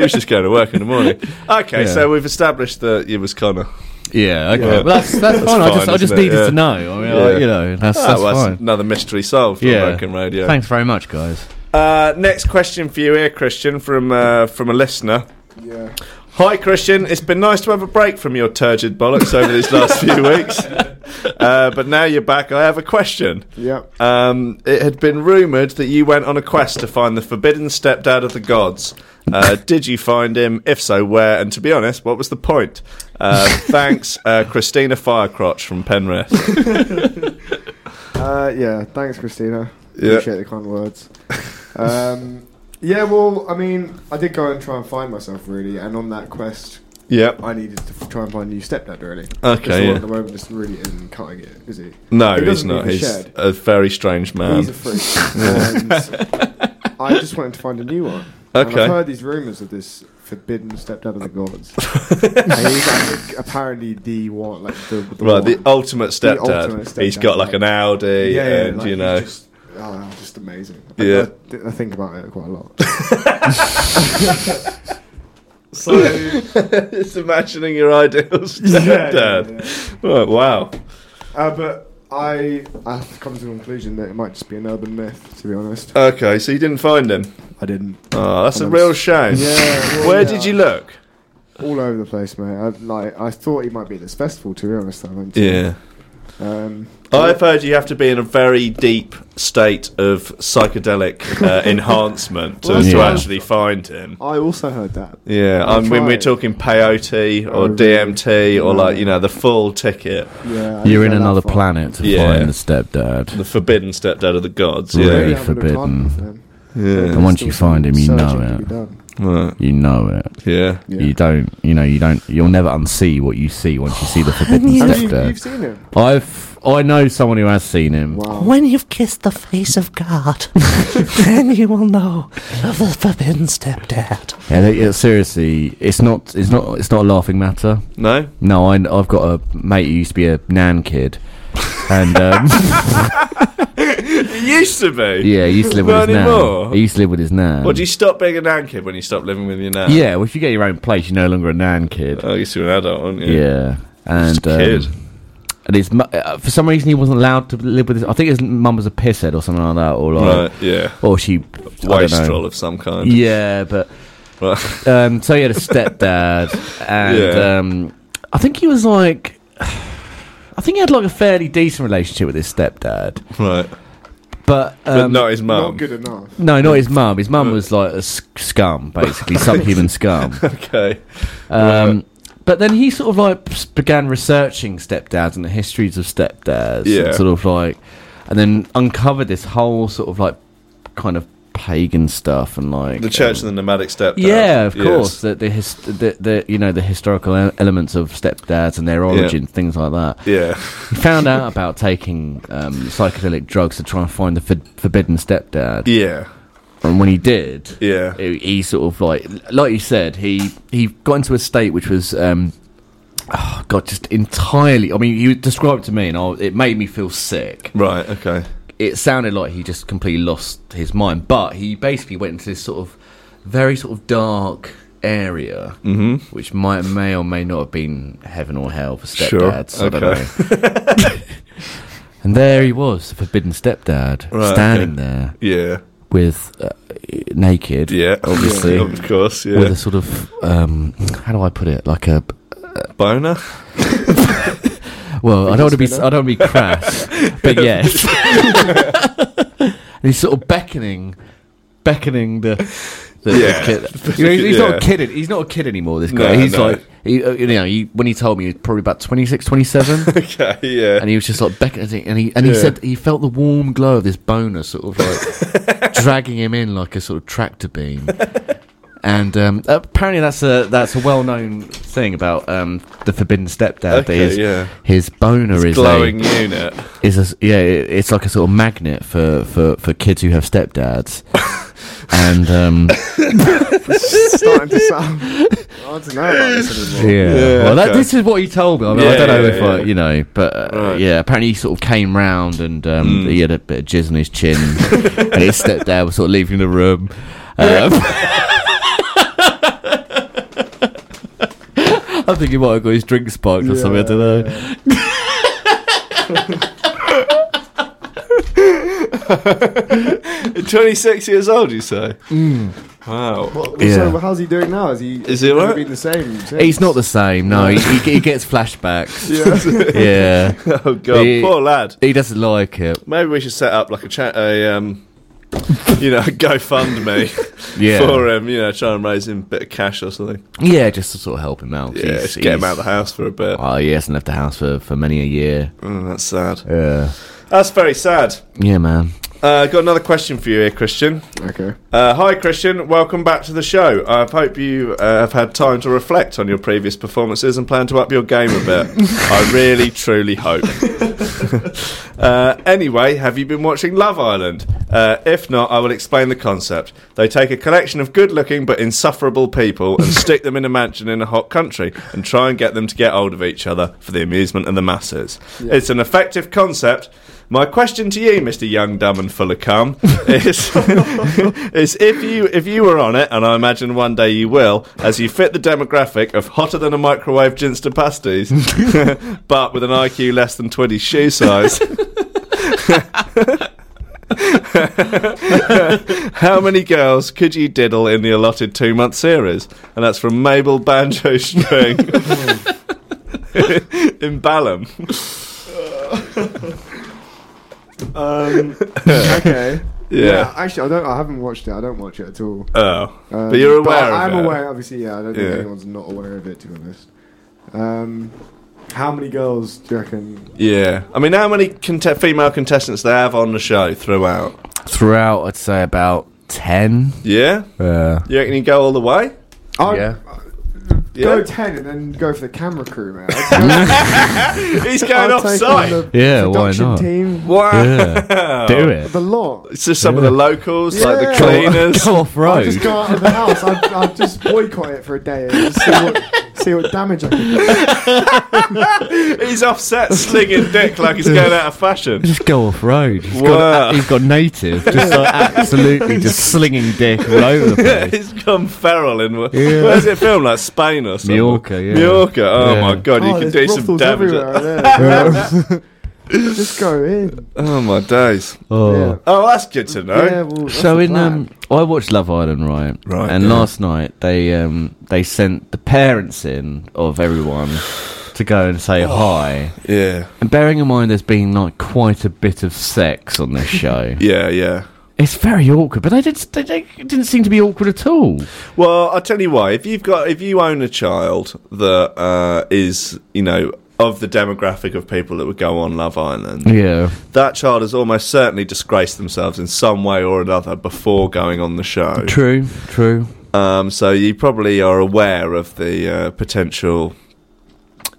was just going to work in the morning. Okay, Yeah. so we've established that it was Connor. [laughs] Yeah, okay. Yeah. Well, that's [laughs] that's fine. I just fine, I just isn't it? needed Yeah. to know. I mean, Yeah. I, you know, that's Ah, that's well, fine. another mystery solved Yeah. on Broken Radio. Thanks very much, guys. Uh, next question for you here, Christian, from uh, from a listener. yeah. Hi, Christian. It's been nice to have a break from your turgid bollocks over these last [laughs] few weeks. Uh, but now you're back, I have a question. Yep. Um, it had been rumoured that you went on a quest to find the forbidden stepdad of the gods. Uh, did you find him? If so, where? And to be honest, what was the point? [laughs] Uh, thanks, uh, Christina Firecrotch from Penrith. Uh, yeah. Thanks, Christina. Yeah. Appreciate the [laughs] kind words. Um, yeah. Well, I mean, I did go and try and find myself really, and on that quest, Yeah. I needed to f- try and find a new stepdad, really. Okay, Because the one yeah. At the moment, just really isn't cutting it, is he? No, He he's doesn't not. leave He's um, the shed. a very strange man. He's a freak. and I just wanted to find a new one. And Okay. I've heard these rumours of this forbidden stepdad of [laughs] the gods. and he's like, apparently the one, like the, the Right, one. the ultimate The stepdad. ultimate He's stepdad, got like an like- Audi, and like, uh, you he's know, [laughs] just, oh, just amazing. Yeah. I, I, I think about it quite a [laughs] lot. so it's imagining your [laughs] ideal stepdad. Right, wow. Uh, but I I've come to the conclusion that it might just be an urban myth, to be honest. Okay, so you didn't find him. I didn't. Oh, that's a I'm real s- shame. Yeah, [laughs] well, Where [laughs] yeah. did you look? All over the place, mate. I, like I thought he might be at this festival. To be honest, I went. To. Yeah. Um, I've heard you have to be in a very deep state of psychedelic [laughs] uh, enhancement to, Well, to yeah. actually find him. I also heard that. Yeah, I I'll mean, we're try. talking peyote Oh, or really? DMT or No. like you know the full ticket, Yeah, I You're didn't in go that another far. planet to Yeah. find the stepdad. the forbidden stepdad of the gods. Really? Yeah, Maybe I would've forbidden. gone with him. yeah, And once Still you find him, you searching know to it. be done. Right. You know it. yeah. Yeah. You don't. You know. You don't. You'll never unsee what you see once you see the [laughs] forbidden Have you, stepdad. you've seen him? I've. I know someone who has seen him. Wow. When you've kissed the face of God, then you will know of the forbidden stepdad. And it, it- seriously, it's not. It's not. It's not a laughing matter. No, No, I, I've got a mate who used to be a nan kid, and [laughs] um, [laughs] it used to be. yeah, he used to live with Not his nan. anymore. He used to live with his nan. Well, do you stop being a nan kid when you stop living with your nan? yeah, well, if you get your own place, you're no longer a nan kid. Oh, I guess you're an adult, aren't you? yeah, and Just a kid. um, and his mu- uh, for some reason he wasn't allowed to live with his. I think his mum was a pisshead or something like that, or like, Right, yeah. or she oh, I don't Wastrel know. of some kind. Yeah, but Right. um, so he had [laughs] a stepdad, and Yeah. um, I think he was like, I think he had like a fairly decent relationship with his stepdad, right. but But um, not his Not mum. good enough. [laughs] no, not his mum. His mum was like a s- scum, [laughs] basically subhuman scum. Okay. Um, but then he sort of like s- began researching stepdads and the histories of stepdads, Yeah. and sort of like, and then uncovered this whole sort of like kind of pagan stuff and like The Church um, of the Nomadic Stepdad. Yeah, of Yes. course. The, the, his, the, the you know the historical e- elements of stepdads and their origin, things like that. Yeah. He found out about taking um, psychedelic drugs to try and find the for- forbidden stepdad, Yeah. and when he did, Yeah. he, he sort of like like you said, he he got into a state which was. Um, Oh God! Just entirely. I mean, you described to me, and I, it made me feel sick Right, okay. it sounded like he just completely lost his mind. But he basically went into this sort of very sort of dark area, Mm-hmm. which might may or may not have been heaven or hell for Sure, stepdads. I don't know. [laughs] and there he was, the forbidden stepdad, Right, standing okay. there Yeah. with uh, naked, Yeah. Obviously. of course, yeah. with a sort of um, how do I put it, like a Boner? [laughs] Well, I don't want to be. I don't want to be crass, but yes. [laughs] and he's sort of beckoning, beckoning the. the, the Yeah. kid. You know, he's, he's not Yeah. a kid. an- He's not a kid anymore. This guy. No, he's no. like, he, uh, you know, he, when he told me, he was probably about 26, 27. Okay, yeah. and he was just like beckoning, and he and he Yeah. said he felt the warm glow of this boner sort of [laughs] like dragging him in like a sort of tractor beam. And um, apparently that's a that's a well known thing about um, the forbidden stepdad. that Okay, is, yeah. his boner is Glowing A, unit. [laughs] is a, yeah, it- it's like a sort of magnet for for for kids who [laughs] have stepdads. and um, It's starting to [laughs] sound. I don't know about this yeah, anymore. well, that, okay. this is what he told me. I, mean, I Yeah, don't know yeah, if I, yeah. you know, but uh, Right. Mm. yeah, apparently he sort of came round and um, he had a bit of jizz on [laughs] his chin, and his stepdad was sort of leaving the room. Um, [laughs] I think he might have got his drink spiked or something. I don't know. Twenty six years old, you say? Mm. Wow. [laughs] What, Yeah. So how's he doing now? Is he? Is he has alright? Been the same. Since? He's not the same. No, he, he, he gets [laughs] flashbacks. Yeah. [laughs] yeah. Oh god, The- poor lad. He doesn't like it. Maybe we should set up like a chat a um you know, a GoFundMe [laughs] Yeah. for him, you know, try and raise him a bit of cash or something. Yeah, just to sort of help him out. Yeah, just get him out of the house for a bit. Oh, he hasn't left the house for, for many a year. Mm, that's sad. Yeah. That's very sad. Yeah, man. Uh, got another question for you here, Christian. [laughs] Okay. Uh, hi, Christian. Welcome back to the show. I hope you uh, have had time to reflect on your previous performances and plan to up your game a bit. I really, truly hope. uh, anyway, have you been watching Love Island? Uh, if not, I will explain the concept. They take a collection of good looking but insufferable people and stick them in a mansion in a hot country and try and get them to get hold of each other for the amusement of the masses. It's an effective concept. My question to you, Mr. Young, Dumb, and Full of Cum, is, is if you if you were on it, and I imagine one day you will, as you fit the demographic of hotter than a microwave ginster pasties, [laughs] but with an IQ less than twenty shoe size. [laughs] How many girls could you diddle in the allotted two month series? And that's from Mabel Banjo String [laughs] in Balham. Um, okay. Yeah. Actually, I don't. I haven't watched it. I don't watch it at all. Oh. Um, But you're aware of I'm it? aware, obviously. Yeah, I don't think Yeah. anyone's not aware of it. To be honest. Um, how many girls do you reckon? Yeah. I mean, how many conte- female contestants they have on the show throughout? Throughout, I'd say about 10. Yeah? Uh, You reckon you go all the [laughs] way? I'd yeah. Yeah. Go ten and then go for the camera [laughs] crew, man. I'd go- He's I'd going off take site. on the Yeah, why production not? Team, Wow. Yeah. Do it. [laughs] the lot. It's just some of the locals, like the Yeah. cleaners. Go off I'd road. just go out of the house. I'd, I'd just boycott it for a day and just see what, see what damage I can [laughs] do. He's offset slinging dick like he's going out of fashion. Just go off road. He's Wow. got, he's got native, just [laughs] like absolutely just slinging dick all over the place. He's gone feral in wh- Yeah. where's it filmed? Like Spain or something? Mallorca, yeah. Mallorca. Oh Yeah. my god, you Oh, can do there's some brothels damage. everywhere, yeah. [laughs] Just go in. Oh my days. Oh. Yeah. Oh, that's good to know. Yeah, well, that's So the in plan. um, I watched Love Island, right? Right, And yeah. last night they um they sent the parents in of everyone to go and say hi. Yeah, And bearing in mind, there's been like quite a bit of sex on [laughs] this show. yeah, yeah. it's very awkward, but they did they, they didn't seem to be awkward at all. Well, I tell you why. If you've got, if you own a child that uh, is, you know, of the demographic of people that would go on Love Island, Yeah. that child has almost certainly disgraced themselves in some way or another before going on the show. True. True. Um, so you probably are aware of the uh, potential,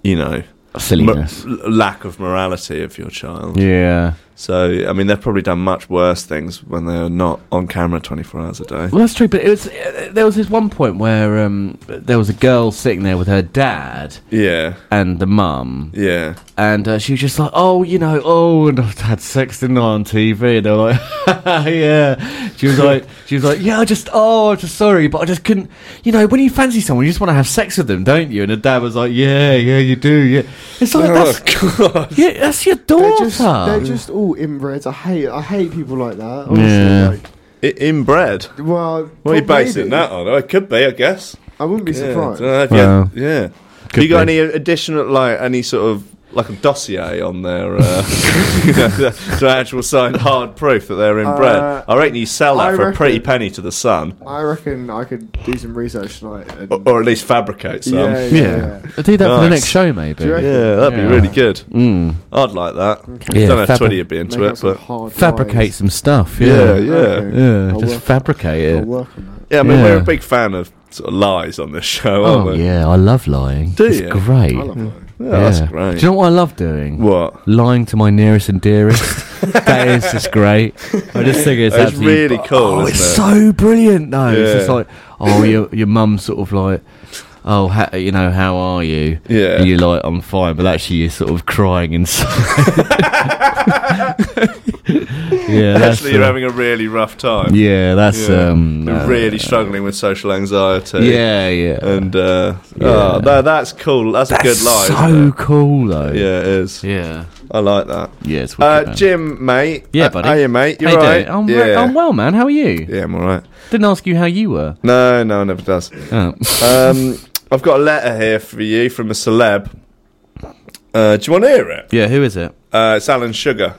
you know, mo- Silliness. l- lack of morality of your child. yeah. So, I mean, they've probably done much worse things when they're not on camera 24 hours a day. Well, that's true. But it was uh, there was this one point where um there was a girl sitting there with her dad Yeah, and the mum. yeah. And uh, she was just like, oh, you know, oh, and I've had sex didn't I, on TV. And they were like, [laughs] yeah. She was like, she was like, yeah, I just, oh, I'm just sorry, but I just couldn't, you know, when you fancy someone, you just want to have sex with them, don't you? And the dad was like, yeah, yeah, you do, yeah. It's like, [laughs] that's, yeah, that's your They're daughter. just, they're just all inbreds. I hate I hate people like that. Honestly, Yeah. like, I- inbred. well, What are you well, basing maybe. that on? Oh, it could be, I guess. I wouldn't be Yeah. surprised. Dunno if you Wow. had- yeah. Have Could you got be. any additional, like, any sort of, like a dossier on their, uh, [laughs] you know, the, the actual signed hard proof that they're inbred? Uh, I reckon you sell that I for a pretty reckon- penny to the sun, I reckon I could do some research tonight. And, or, or at least fabricate Oh, some. yeah, yeah, Yeah. yeah. I'll do that for the Nice. next show, maybe. Do you reckon? Yeah, that'd Yeah. be really good. Mm. I'd like that. Yeah, Don't know if fabri- Twitty would be into Make it, up some but hard Fabricate lies. some stuff, yeah, yeah. yeah. Yeah, Okay. Yeah, I'll just work- fabricate I'll it. work on that. I mean, we're a Yeah. big fan of sort of lies on this [laughs] show, aren't Oh, we? yeah, I love lying. Do it's you? great. I love that. Yeah, that's Yeah. great. Do you know what I love doing? what? lying to my nearest and [laughs] dearest. that is just great. I just think It's it's absolutely really bu- cool, Oh, isn't it's it? so brilliant though. It's just Yeah. like oh, your your mum's sort of like. Oh, ha- you know, how are you? Yeah. And you're like, I'm fine, but actually you're sort of [laughs] crying inside. yeah, that's, Actually, you're uh, having a really rough time. yeah, that's, Yeah. um... You're uh, really struggling with social anxiety. Yeah, yeah. And, uh, Yeah. oh, no, that's cool. That's, a good lie. so isn't it? cool, though. Yeah, it is. Yeah. I like that. Yeah, it's wicked, Uh, man. Jim, mate. Yeah, Uh, buddy. Hiya, mate. You're How you right. doing? I'm, yeah. re- I'm well, man. How are you? yeah, I'm all right. Didn't ask you how you [laughs] were. No, no, never does. Oh. [laughs] Um, I've got a letter here for you from a celeb. Uh, do you want to hear it? Yeah, who is it? Uh, it's Alan Sugar.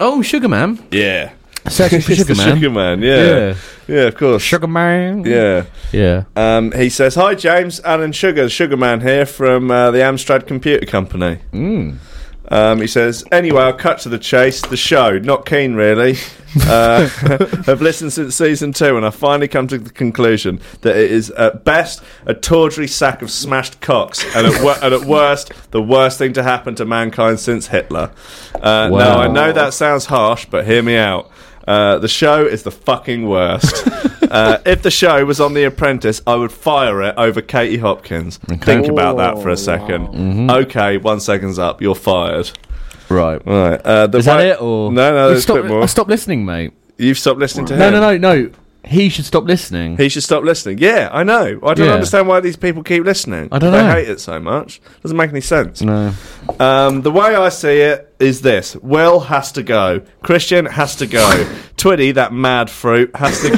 Oh, Sugar Man. [laughs] Yeah. Searching for It's Sugar the Man. Sugar Man, yeah. Yeah. yeah. of course. Man. Yeah. Yeah. Um, he says, Hi, James. Alan Sugar, the Sugar Man here from uh, the Amstrad Computer Company. Mm. Um, he says, anyway, I'll cut to the chase. The show, not keen really. Uh, [laughs] I've listened since season two, and I finally come to the conclusion that it is at best a tawdry sack of smashed cocks, and at, wor- and at worst, the worst thing to happen to mankind since Hitler. Uh, Now, Wow. I know that sounds harsh, but hear me out. Uh, the show is the fucking worst. uh, if the show was on The Apprentice, I would fire it over Katie Hopkins. Think about that for Oh, a second. Mm-hmm. Okay, one second's up. You're fired. Right. Right. Uh, the Is that way- it or no? No, You there's stop, a bit more. I stopped listening, mate. You've stopped listening to him. No, no, no, no. He should stop listening. He should stop listening. Yeah, I know. I don't Yeah. understand why these people keep listening. I don't they know. hate it so much. Doesn't make any sense. no. [laughs] Um, the way I see it is this: Will has to go. Christian has to go. [laughs] Twitty, that mad fruit, has to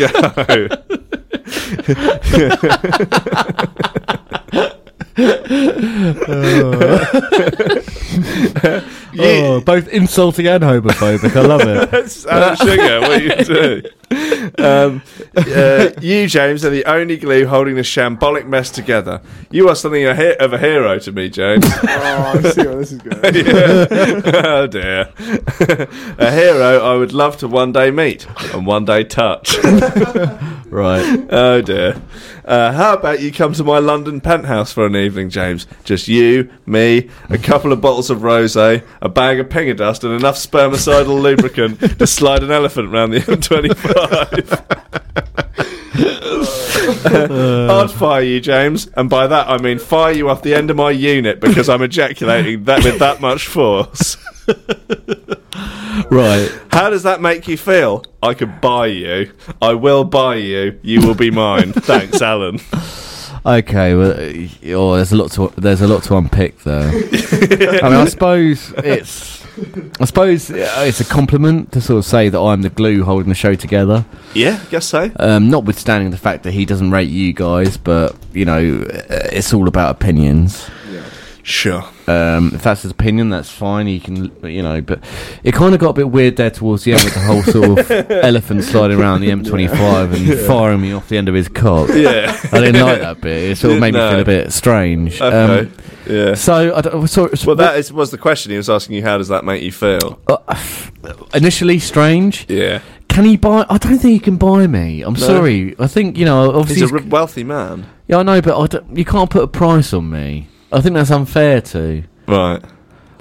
go. Oh, both insulting and homophobic. I love it. That's Adam Sugar. What you do? [laughs] Um, uh, you, James, are the only glue holding this shambolic mess together. You are something a he- of a hero to me, James. Oh, I see where this [laughs] is going. oh dear. a hero I would love to one day meet and one day touch. Right. oh dear. Uh, how about you come to my London penthouse for an evening, James? Just you, me, a couple of bottles of rosé, a bag of pink dust, and enough spermicidal lubricant to slide an elephant round the M25. I'd fire you, James, and by that I mean fire you off the end of my unit because I'm ejaculating that with that much force. Right. How does that make you feel? I could buy you. I will buy you. You will be [laughs] mine. Thanks, Alan. Okay, well, uh, oh, there's a lot to there's a lot to unpick there. I mean, I suppose it's I suppose uh, it's a compliment to sort of say that I'm the glue holding the show together. Yeah, guess so. Um, notwithstanding the fact that he doesn't rate you guys, but you know, uh, it's all about opinions. Sure. Um, if that's his opinion, that's fine. He can, you know, but it kind of got a bit weird there towards the end with the whole [laughs] sort of elephant sliding around the M25 and firing me off the end of his cock. [laughs] Yeah. I didn't like that bit. It sort of made me No. feel a bit strange. Okay. Um, yeah. so, I don't, so, Well, that is, was the question. He was asking you, how does that make you feel? uh, initially strange. Yeah. Can he buy? I don't think he can buy me. I'm sorry. I think you know. Obviously, He's a he's- ri- wealthy man. yeah, I know, but I don't- you can't put a price on me. I think that's unfair to. Right.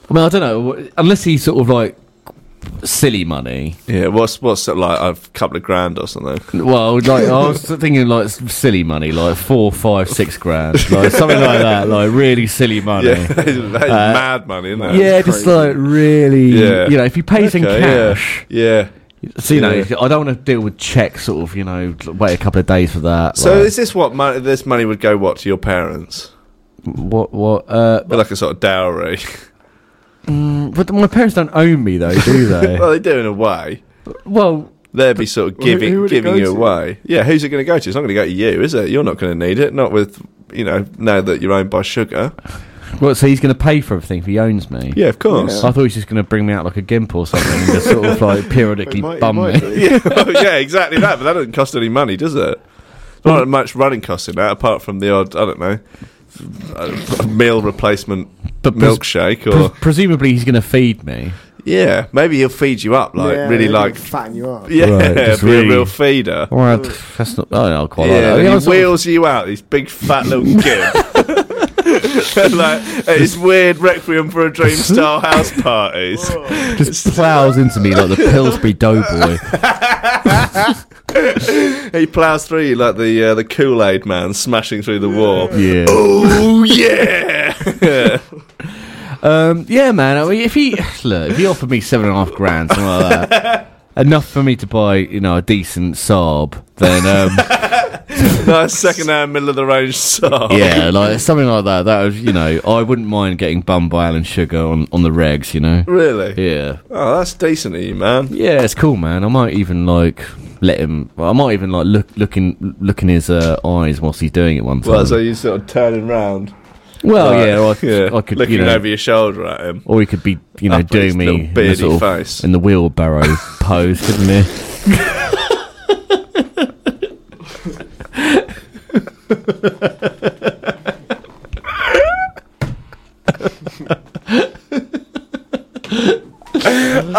I mean, I don't know wh- unless he's sort of like silly money. Yeah. What's what's it like? A couple of grand or something. Well, like I was thinking, like s- silly money, like four, five, six grand, like something like that, like really silly money. Yeah. [laughs] that is mad money, isn't it? Uh, Yeah, just like really, Yeah. you know, if he pays in Okay, cash, Yeah. so you know, Yeah. I don't want to deal with checks. Sort of, you know, wait a couple of days for that. So like, is this what money? This money would go what to your parents? what? What? Uh, Like a sort of dowry. but my parents don't own me though, do [laughs] they? well, they do in a way. well, They'd be sort of Well, who- giving who would it giving go you to? away. Yeah, who's it going to go to? It's not going to go to you, is it? You're not going to need it. Not with you know now that you're owned by sugar. well, so he's going to pay for everything if he owns me. Yeah, of course. I thought he was just going to bring me out like a gimp or something, and just sort of like periodically It might- it bum might me. be. [laughs] Yeah, well, yeah, exactly that. But that doesn't cost any money, does it? Not [laughs] much running cost in that, apart from the odd I don't know uh, meal replacement But pres- milkshake pres- or presumably he's going to feed me. yeah, maybe he'll feed you up like Yeah, really they like [laughs] fatten you up. yeah, Right, just be really- a real feeder. All right, that's not. I don't quite like Yeah, that. I and mean, I he was sort of- wheels you out, this big fat little [laughs] kid. [laughs] like it's weird requiem for a dream style house [laughs] parties. just plows into me like the [laughs] Pillsbury Doughboy. he ploughs through you like the uh, the Kool Aid man smashing through the wall. Yeah. [laughs] Oh yeah! Um, yeah, man. I mean, if he look, if he offered me seven and a half grand, something like that, [laughs] enough for me to buy, you know, a decent Saab, then [laughs] [laughs] um, nice second hand middle of the range song. yeah, like something like that. That was, you know, I wouldn't mind getting bummed by Alan Sugar on on the regs, you know. Really? Yeah, Oh, that's decent of you, man. yeah, it's cool, man. I might even like let him. well, I might even like look look in look in his uh, eyes whilst he's doing it one time. Well, so you sort of turning round. Well, like, Oh, yeah, I, I could, looking you know, over your shoulder at him. or he could be, you know, Up at his doing me little in the, beardy sort of- face. in the [laughs] wheelbarrow pose, couldn't he?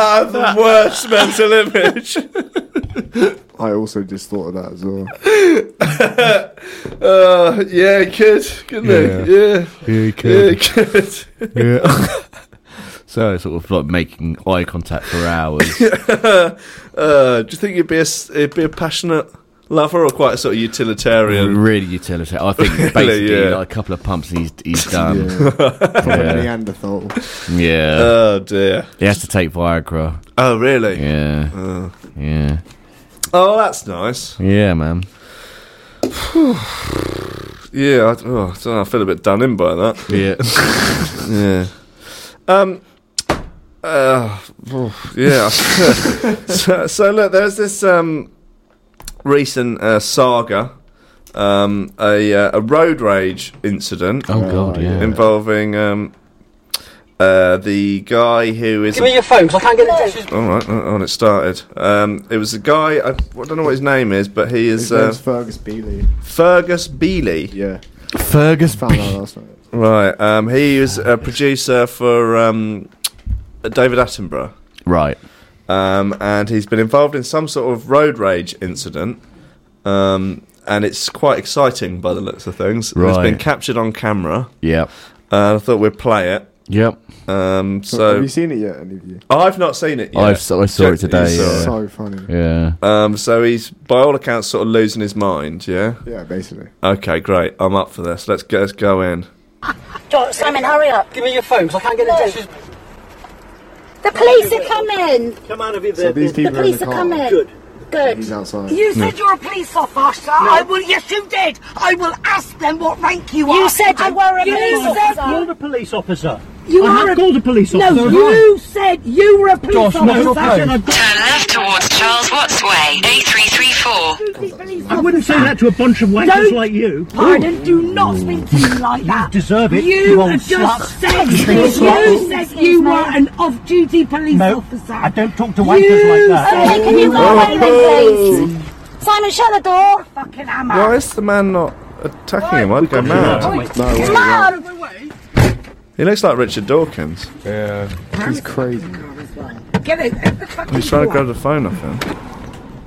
Ah, the worst mental image. I also just thought of that as well. [laughs] Uh, yeah, good, couldn't it? Yeah, Yeah, yeah, good. [laughs] Yeah. so it's sort of like making eye contact for [laughs] hours. uh, do you think you'd be a s- you'd be a passionate lover or quite a sort of utilitarian? really utilitarian. [laughs] I think basically yeah. like a couple of pumps and he's [laughs] he's done. Yeah. Probably Yeah. Neanderthal. yeah. Oh dear. he has to take Viagra. Oh really? Yeah. Oh. Yeah. oh, that's nice. Yeah, man. Yeah, I, oh, I, don't know, I feel a bit done in by that. Yeah. Yeah. Um. Uh, oh, yeah. [laughs] so, so look, there's this um recent uh, saga, um, a uh, a road rage incident Oh, Oh, God, yeah. yeah. involving um uh the guy who is. Give me your phone, because I can't get it. all right, uh, on it started. Um, it was a guy. I, I don't know what his name is, but he His is uh, name's Fergus Bealey. Fergus Bealey. Yeah. Fergus Found out last night. Right. Um, he was a producer for um, David Attenborough. Right. um, and he's been involved in some sort of road rage incident, um, and it's quite exciting by the looks of things. And It's Right. been captured on camera, Yep. and I thought we'd play it. Yep. Um, have so you seen it yet, any of you? I've not seen it yet. I've, s- I saw Check- it today. you saw Yeah. So funny. Yeah, yeah. um, so he's by all accounts sort of losing his mind. Yeah. basically. Okay, great. I'm up for this. Let's go. Let's go in. Don't, Simon, hurry up. Give me your phone, because I can't get it. She's- The police are coming. Come out of here, So there. these The people are in police the are car. coming. Good. Good. He's outside. You said you're a police officer. I will. Yes, you did. I will ask them what rank you are. You said you And were a you police said- officer. You're a police officer. You I are have a- called a police officer. No, have you said you were a police Josh, no, officer. you're playing. I've got- Turn left towards Charles Watts Way, A334. I? I wouldn't say that to a bunch of wankers Don't- like you. Pardon, do not speak to me like that. deserve it, You, you old have just slut. said Excuse you me. said you were an off-duty police No, officer. I don't talk to wankers You like that. Okay, can you go away then, please? Simon, shut the door. Fucking am Why I? is the man not attacking him? I'd go mad. No, way, Come yeah. on. He looks like Richard Dawkins. He's crazy. Get it. Get the fucking He's trying to door. grab the phone off him.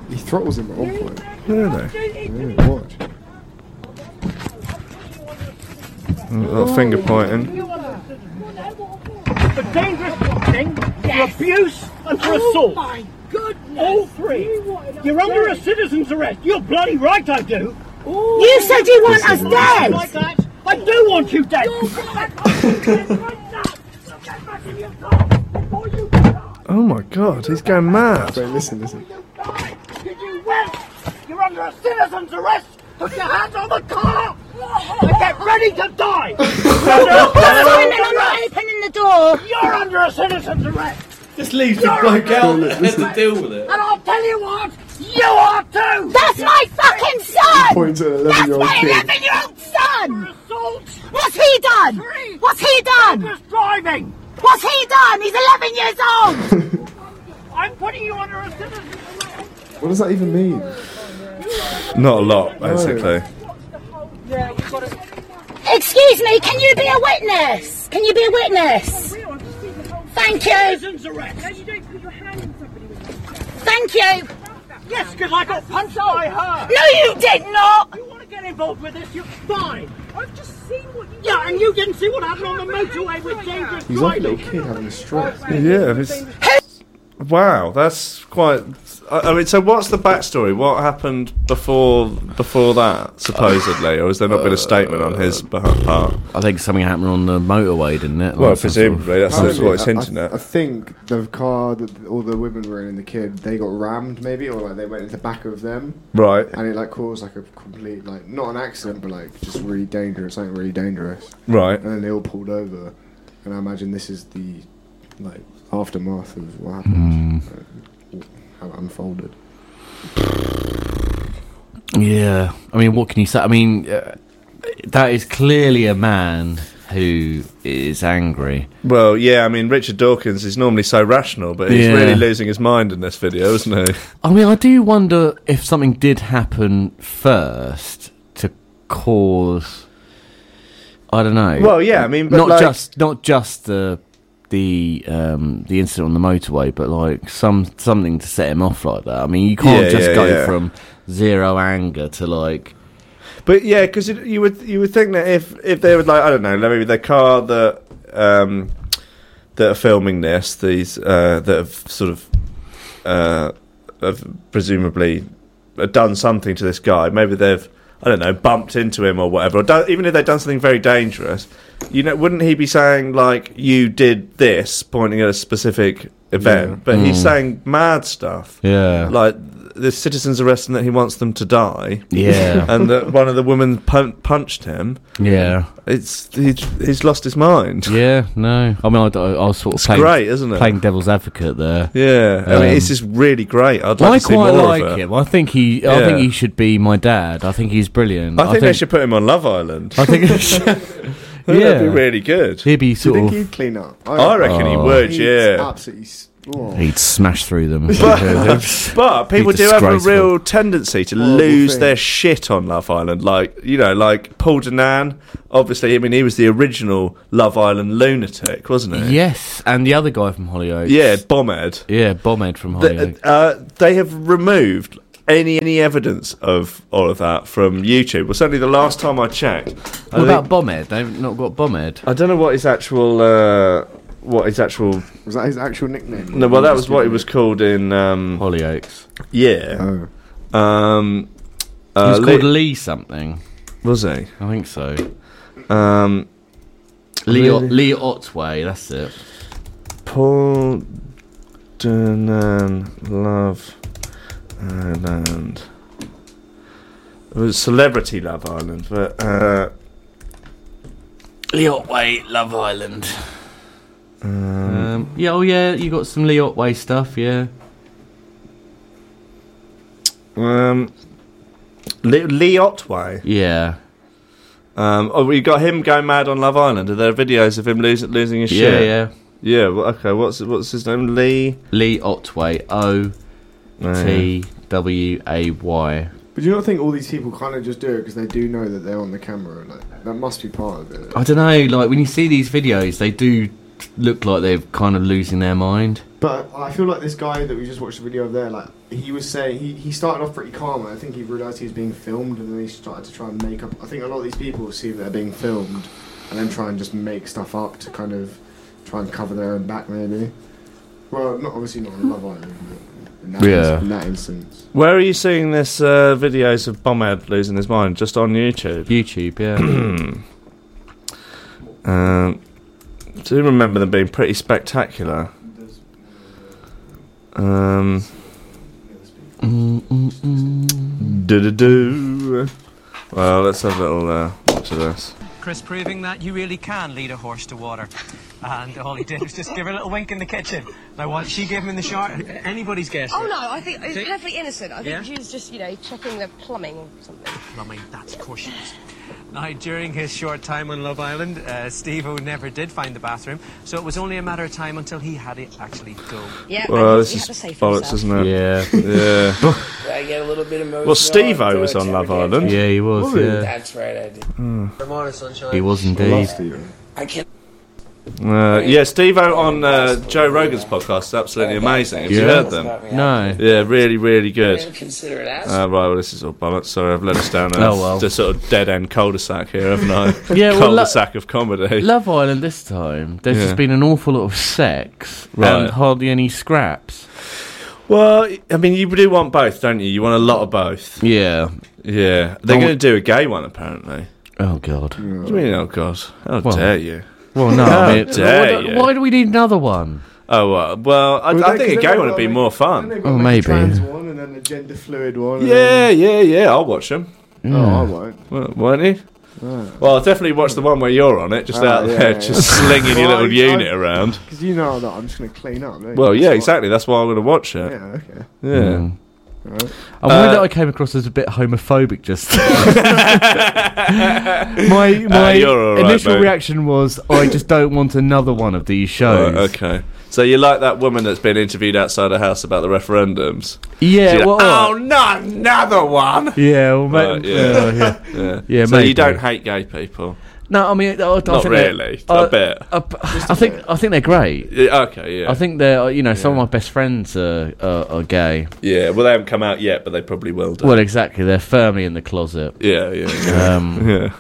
He throttles him at one point. Really? Yeah, watch. Little finger pointing. For dangerous walking, for abuse, and for assault. My goodness. All three. You're under a citizen's arrest. You're bloody right I do. You said you want us Like dead. that. I do want you dead. Oh my god, he's going mad. Wait, listen, listen. You're under a citizen's arrest. Put your hands on the car and get ready to [laughs] die. Simon, I'm not opening the door. You're under a citizen's arrest. Just leave the bloke out and has to deal with it. And I'll tell you what, you are too. That's my fucking son. Points at an That's 11 year old my kid. 11 year old son. Assault, What's he done? What's he done? just driving. What's he done? He's 11 years old. I'm putting you under a citizen's arrest. What does that even mean? Not a lot, basically. Excuse me, can you be a witness? Can you be a witness? Thank you. Citizen's arrest. Thank you. Yes, because I got punched by her. No, you did not. You want to get involved with this? You're fine. I've just seen what you. Yeah, and you didn't see what happened on the motorway with dangerous He's like a driving. little kid having a stroke. Yeah. It's, wow, that's quite. I, I mean, so what's the backstory? What happened before before that, supposedly, or has there not been a statement on his behalf- part? I think something happened on the motorway, didn't it? Well, Like some sort of- presumably that's, Apparently, what it's I- hinting I, I at. think the car that all the women were in and the kid, they got rammed maybe, or like they went into the back of them, Right, and it like caused like a complete like not an accident, but like just really dangerous, something really dangerous. right. And then they all pulled over, and I imagine this is the like aftermath of what happened, Hmm. uh, how it unfolded. Yeah, I mean, what can you say? I mean, uh, that is clearly a man who is angry. Well, yeah. I mean, Richard Dawkins is normally so rational, but he's Yeah. really losing his mind in this video, isn't he? I mean, I do wonder if something did happen first to cause. I don't know. Well, yeah, I mean, but not like- just not just the the um, the incident on the motorway, but like some something to set him off like that. I mean, you can't Yeah, just yeah, go yeah. from zero anger to like But yeah, because you would you would think that if if they would like I don't know maybe the car that um, that are filming this these uh, that have sort of uh, have presumably done something to this guy maybe they've I don't know bumped into him or whatever or done, even if they've done something very dangerous you know wouldn't he be saying like you did this pointing at a specific event Yeah. but he's Mm. saying mad stuff Yeah. like the citizens arresting that he wants them to die Yeah. [laughs] and that one of the women pun- punched him. Yeah. It's he's, he's lost his mind. Yeah, no. I mean, I, I, I was sort of It's playing, great, isn't it? Playing devil's advocate there. Yeah, I mean, Um, it's just really great. I'd like I to see quite more like of it. him. I think he. I Yeah. think he should be my dad. I think he's brilliant. I think, they should put him on Love Island. I [laughs] think. [laughs] That'd yeah, be really good. He'd be Do you sort think of. he'd clean up? I reckon he Oh. would. He's Yeah. Absolutely. s- oh. He'd smash [laughs] through them. But, but Be people do have a disgraceful. real tendency to Horrible lose thing. their shit on Love Island. Like, you know, like Paul Danan, obviously, I mean, he was the original Love Island lunatic, wasn't he? Yes, and the other guy from Hollyoaks. Yeah, Bomed. Yeah, Bomed from Th Hollyoaks. uh, they have removed any any evidence of all of that from YouTube. Well, certainly the last time I checked. I what about think- Bomed? They've not got Bomed. I don't know what his actual uh, what his actual Was that his actual nickname? no. Well, that was what he was called in um, Hollyoaks. Yeah. Um, He uh, was Lee- called Lee something. was he? I think so. Um, Lee, Really? Lee Otway. That's it. Paul Dunan Love Island. It was Celebrity Love Island, but. Uh, Lee Otway, Love Island. Mm. Um, yeah, oh yeah, you got some Lee Otway stuff, yeah. Um, Lee, Lee Otway. Yeah. Um, oh, we got him going mad on Love Island. Are there videos of him losing losing his Yeah, shit? yeah. yeah. Well, okay. What's what's his name? Lee. Lee Otway, O T W A Y. But do you not think all these people kind of just do it because they do know that they're on the camera? Like that must be part of it. I don't know, like when you see these videos, they do look like they're kind of losing their mind. But I feel like this guy that we just watched the video of there, like he was saying, he, he started off pretty calm. and I think he realised he was being filmed, and then he started to try and make up. I think a lot of these people see that they're being filmed, and then try and just make stuff up to kind of try and cover their own back, maybe. Well, not obviously not on Love Island, but in that, Yeah. in that instance. Where are you seeing this uh, videos of Bomed losing his mind? Just on YouTube. [coughs] YouTube, yeah. [clears throat] um, I do remember them being pretty spectacular. Um. Do do do. Well, let's have a little uh, watch of this. Chris proving that you really can lead a horse to water. And all he did was just give her a little wink in the kitchen. Now, what she gave him in the shower, anybody's guess. Oh no, I think it's See? perfectly innocent. I Yeah? think she was just, you know, checking the plumbing or something. Plumbing, that's cautious. Now, during his short time on Love Island, uh, Steve O never did find the bathroom, so it was only a matter of time until he had it actually go. Yeah, Well, this is bollocks, isn't it? [laughs] Yeah. Yeah. I get a little bit emotional. well, Steve O was on Love Island. Yeah, he was, Ooh, yeah. That's right, I did. Come on, sunshine. He was indeed. I can't. Uh, yeah, Steve O on uh, Joe Rogan's podcast is absolutely amazing. Have you Yeah. heard them? No. Yeah, really, really good. I didn't consider it as- Uh, right, well, this is all bollocks. Sorry, I've let us down a, Oh, well. the sort of dead end cul de sac here, haven't I? [laughs] Yeah, well, lo- cul de sac of comedy. Love Island this time, there's Yeah. just been an awful lot of sex Right. and hardly any scraps. Well, I mean, you do want both, don't you? You want a lot of both. Yeah. Yeah. They're Don't- going to do a gay one, apparently. Oh, God. What do you mean, oh, God? How Well- dare you? Well, no, How I mean, dare why, do, you? why do we need another one? Oh, well, well I, Well, I they- think a they gay got one would be like- more And fun. they've got, Oh, like, a maybe. trans one and then a gender fluid one. and Yeah, then- yeah, yeah. I'll watch them. No, I [laughs] won't. Well, won't you? Well, I'll definitely watch the one where you're on it, just Ah, out yeah, there, yeah. just slinging your Well, little I- I- unit around. Because you know that I'm just going to clean up. don't you? Well, yeah, So- exactly. That's why I'm going to watch it. Yeah, okay. Yeah. Uh, Mm. Alright. I'm worried that I came across as a bit [laughs] homophobic just. [laughs] my [laughs] Uh, my you're all right, initial mate. reaction was "Oh, I just don't want another one of these shows. Right, okay. So you like that woman that's been interviewed outside the house about the referendums? Yeah, She's like, well, oh, not another one. Yeah, well, mate, Right, yeah. yeah, yeah. [laughs] yeah. Yeah, so you maybe. don't hate gay people? No, I mean, I, I Not think uh, they're- really, I- a bit. I, I think I think they're great. Yeah, okay, yeah. I think they're uh, you know some of my best friends are are, are gay. Yeah, well, they haven't come out yet, but they probably will do. Well, exactly. They're firmly in the closet. Yeah, yeah, yeah. Um, Yeah.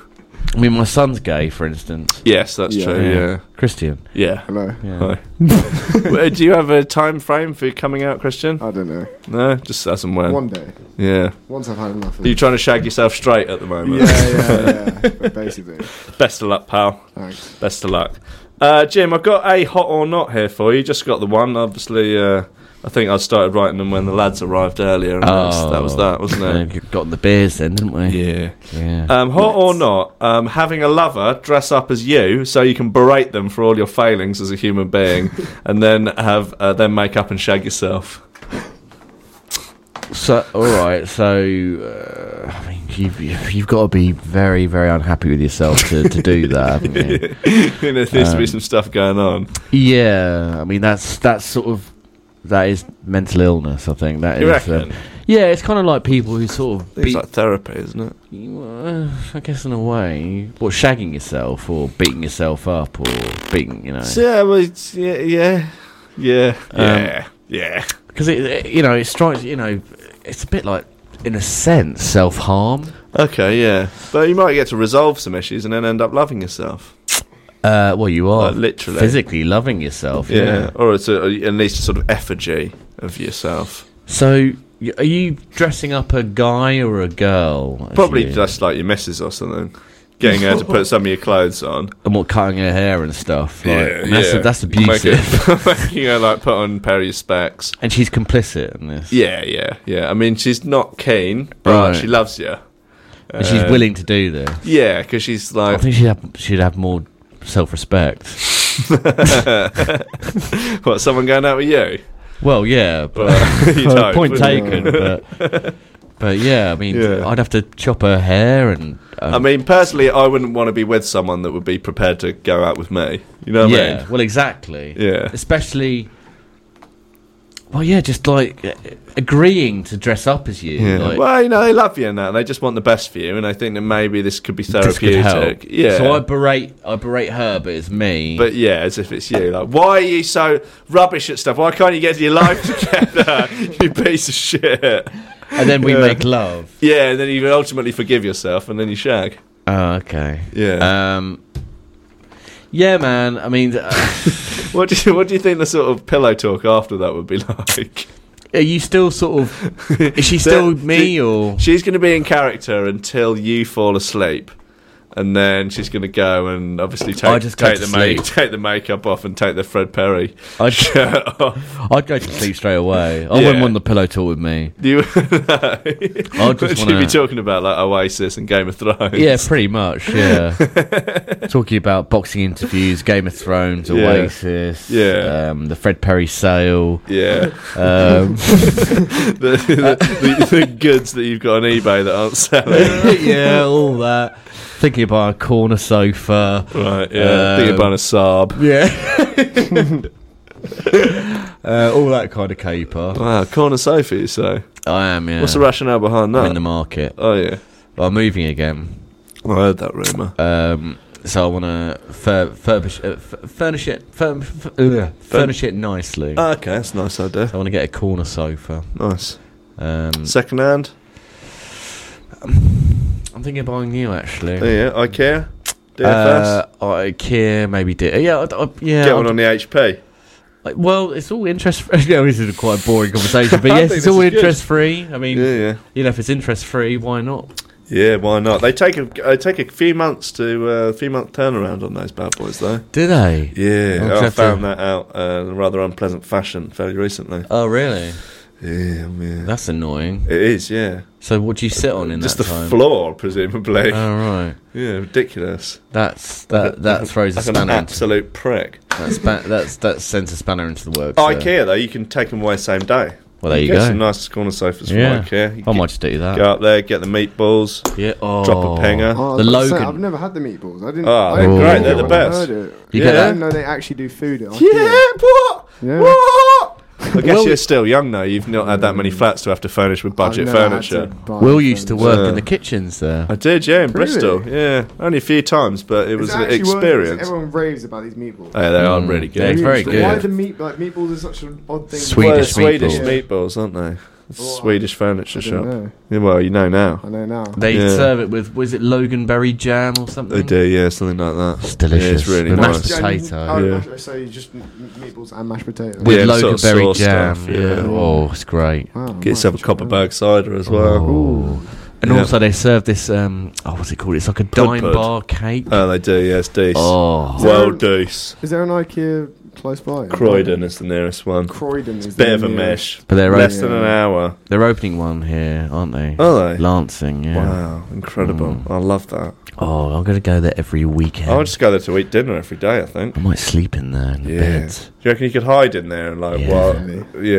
I mean, my son's gay, for instance. [laughs] Yes, that's true. Yeah, Christian. Yeah. Hello. Yeah. Hi. [laughs] Well, Do you have a time frame for coming out, Christian? Uh, I don't know. No, just as and when. One day. Yeah. Once I've had enough of Are you it. trying to shag yourself straight at the moment? Yeah, yeah, yeah, but basically. [laughs] Best of luck, pal. Thanks. Best of luck. Uh, Jim, I've got a hot or not here for you. Just got the one. Obviously, uh, I think I started writing them when the lads arrived earlier. And that was- that was that, wasn't it? Yeah, Oh. [laughs] Got the beers then, didn't we? Yeah. Yeah. Um, hot or not, um, having a lover dress up as you so you can berate them for all your failings as a human being, and then have uh, them make up and shag yourself. [laughs] So, all right. So, uh, I mean, you've, you've got to be very, very unhappy with yourself to, to [laughs] do that, haven't you? You know, there needs to Um, be some stuff going on. Yeah, I mean that's that's sort of that is mental illness. I think that is. You um, reckon? yeah, it's kind of like people who sort of It's beat. like therapy, isn't it? Uh, I guess in a way, what shagging yourself or beating yourself up or beating you know. So, yeah, well, it's, yeah, yeah, yeah, yeah, yeah. Because it, it- you know, it strikes you know, it's a bit like in a sense self harm. Okay, yeah, but you might get to resolve some issues and then end up loving yourself. Uh, well, you are Like, literally. physically loving yourself. Yeah, Yeah. or it's a, at least a sort of effigy of yourself. So, y- are you dressing up a guy or a girl? as Probably you- just like your missus or something. Getting her to put some of your clothes [laughs] on. and what cutting her hair and stuff. Like, Yeah, and that's yeah. that's Make it- [laughs] abusive. [laughs] making her like put on a pair of your specs. And she's complicit in this. Yeah, yeah, yeah. I mean, she's not keen, but Right. she loves you. And she's Uh, willing to do this. Yeah, because she's I like, think she'd have she'd have more self respect. what? Someone going out with [laughs] you? Well, yeah, [laughs] but Well, you'd hope, point taken. wouldn't you? But, but yeah, I mean, Yeah. I'd have to chop her hair and. Um, I mean, personally, I wouldn't want to be with someone that would be prepared to go out with me. You know what yeah, I mean? well, exactly. Yeah. especially. Well, yeah, just like uh, agreeing to dress up as you. Yeah. like- well, you know, they love you and that, and they just want the best for you, and I think that maybe this could be This could therapeutic. help. Yeah. So I berate, I berate her, but it's me. But yeah, as if it's you. Like, why are you so rubbish at stuff? Why can't you get your life [laughs] together? you piece of shit. And then we Yeah. make love. Yeah, and then you ultimately forgive yourself, and then you shag. Oh, okay. Yeah. Um. Yeah, man. I mean, uh, [laughs] What do you, what do you think the sort of pillow talk after that would be [laughs] like? are you still sort of? Is she still me or? She's going to be in character until you fall asleep. And then she's going to go and obviously I take, just go take, to the make, sleep. [laughs] take the makeup off and take the Fred Perry [laughs] I- shirt off. [laughs] I'd go to sleep straight away. I Yeah. wouldn't want the pillow talk with me. You, I [laughs] what just should you be wanna- talking about like Oasis and Game of Thrones? Yeah, pretty much. Yeah. Talking about boxing interviews, Game of Thrones, Yeah. Oasis, Yeah. um, the Fred Perry sale. Yeah. Um, the, the, the, the goods that you've got on eBay that aren't selling. yeah, all that. Thinking about a corner sofa. Right, yeah. Um, Thinking about a Saab. Yeah. [laughs] uh, all that kind of caper. Wow, corner sofa, you say? I am, yeah. What's the rationale behind I'm that? in the market. oh, yeah. Well, I'm moving again. I heard that rumour. Um, so I want to fur- furbish, uh, f- furnish it, fur- f- uh, furnish it nicely. Ah, okay, that's a nice idea. I want to get a corner sofa. Nice. Um, Second hand? I'm thinking of buying new actually. Oh, Yeah, IKEA? DFS? Uh, IKEA, maybe. D- yeah, I, I, yeah. Mm. Get I- one on the HP. Like, well, it's all interest. Free. [laughs] yeah, this is a quite boring conversation, [laughs] but I yes, think it's this all is good. interest free. I mean, Yeah, yeah. you know, if it's interest free, why not? Yeah, why not? They take a they take a few months to uh, few month turnaround on those bad boys though. Do they? Yeah, Oh, I clever. found that out uh, in a rather unpleasant fashion fairly recently. Oh, really? Yeah, man. That's annoying. It is, yeah. So, what do you sit on in Just that the time? floor, presumably. Oh, right. yeah, ridiculous. That's that. That throws a like an spanner. Into, absolute prick. that span, that's that sends a spanner into the works. there. IKEA though, you can take them away same day. Well, uh, there you get go. Some nice corner sofas from Yeah. IKEA. You I get- might just do that. Go up there, get the [laughs] meatballs. Yeah. Oh. Drop a pinger. Oh, The I was about to say, Logan. I've never had the meatballs. I didn't. Oh, I they're didn't great, know they're the when I best. heard it. You get I that? didn't know they actually do food. At Yeah. IKEA. What? Yeah. What? I guess Will- you're still young though. You've not had that Mm. many flats to have to furnish with budget I've never had furniture. to buy Will used to work in the kitchens there. I did, yeah, in Really? Bristol. Yeah, only a few times, but it Is was an that actually what it is? experience. Everyone raves about these meatballs. Oh, yeah, they are really good. They're Mm. very Why are good. the meat like meatballs is such an odd thing? to- Well, they're Swedish Yeah. meatballs, aren't they? It's a Swedish furniture I shop. didn't know. Yeah, well, you know now. I know now. They Yeah. serve it with was it loganberry jam or something? They Mm. do, yeah, something like that. It's delicious. Yeah, it's really The nice. mashed potato. Oh, Yeah. mashed- so you just m- m- meatballs and mashed potatoes. With Yeah, loganberry sort of sauce jam. stuff, yeah. yeah. Oh, it's great. Get yourself a Copperberg cider as well. And Yeah. also they serve this um oh what's it called? It's like a Cod dime pud. bar cake. Oh, they do, yes, Dees. Oh. Well, Dees. Is there an IKEA close by? Croydon is the nearest one. Croydon It's is a bit the of a nearest. mesh. But they're Less open- than an hour. They're opening one here, aren't they? Are they? Lansing, yeah. Oh. Wow, incredible. Mm. I love that. Oh, I'm gonna go there every weekend. I'll just go there to eat dinner every day, I think. I might sleep in there in the Yeah. bed. Do you reckon you could hide in there and like Yeah. while Yeah. I think you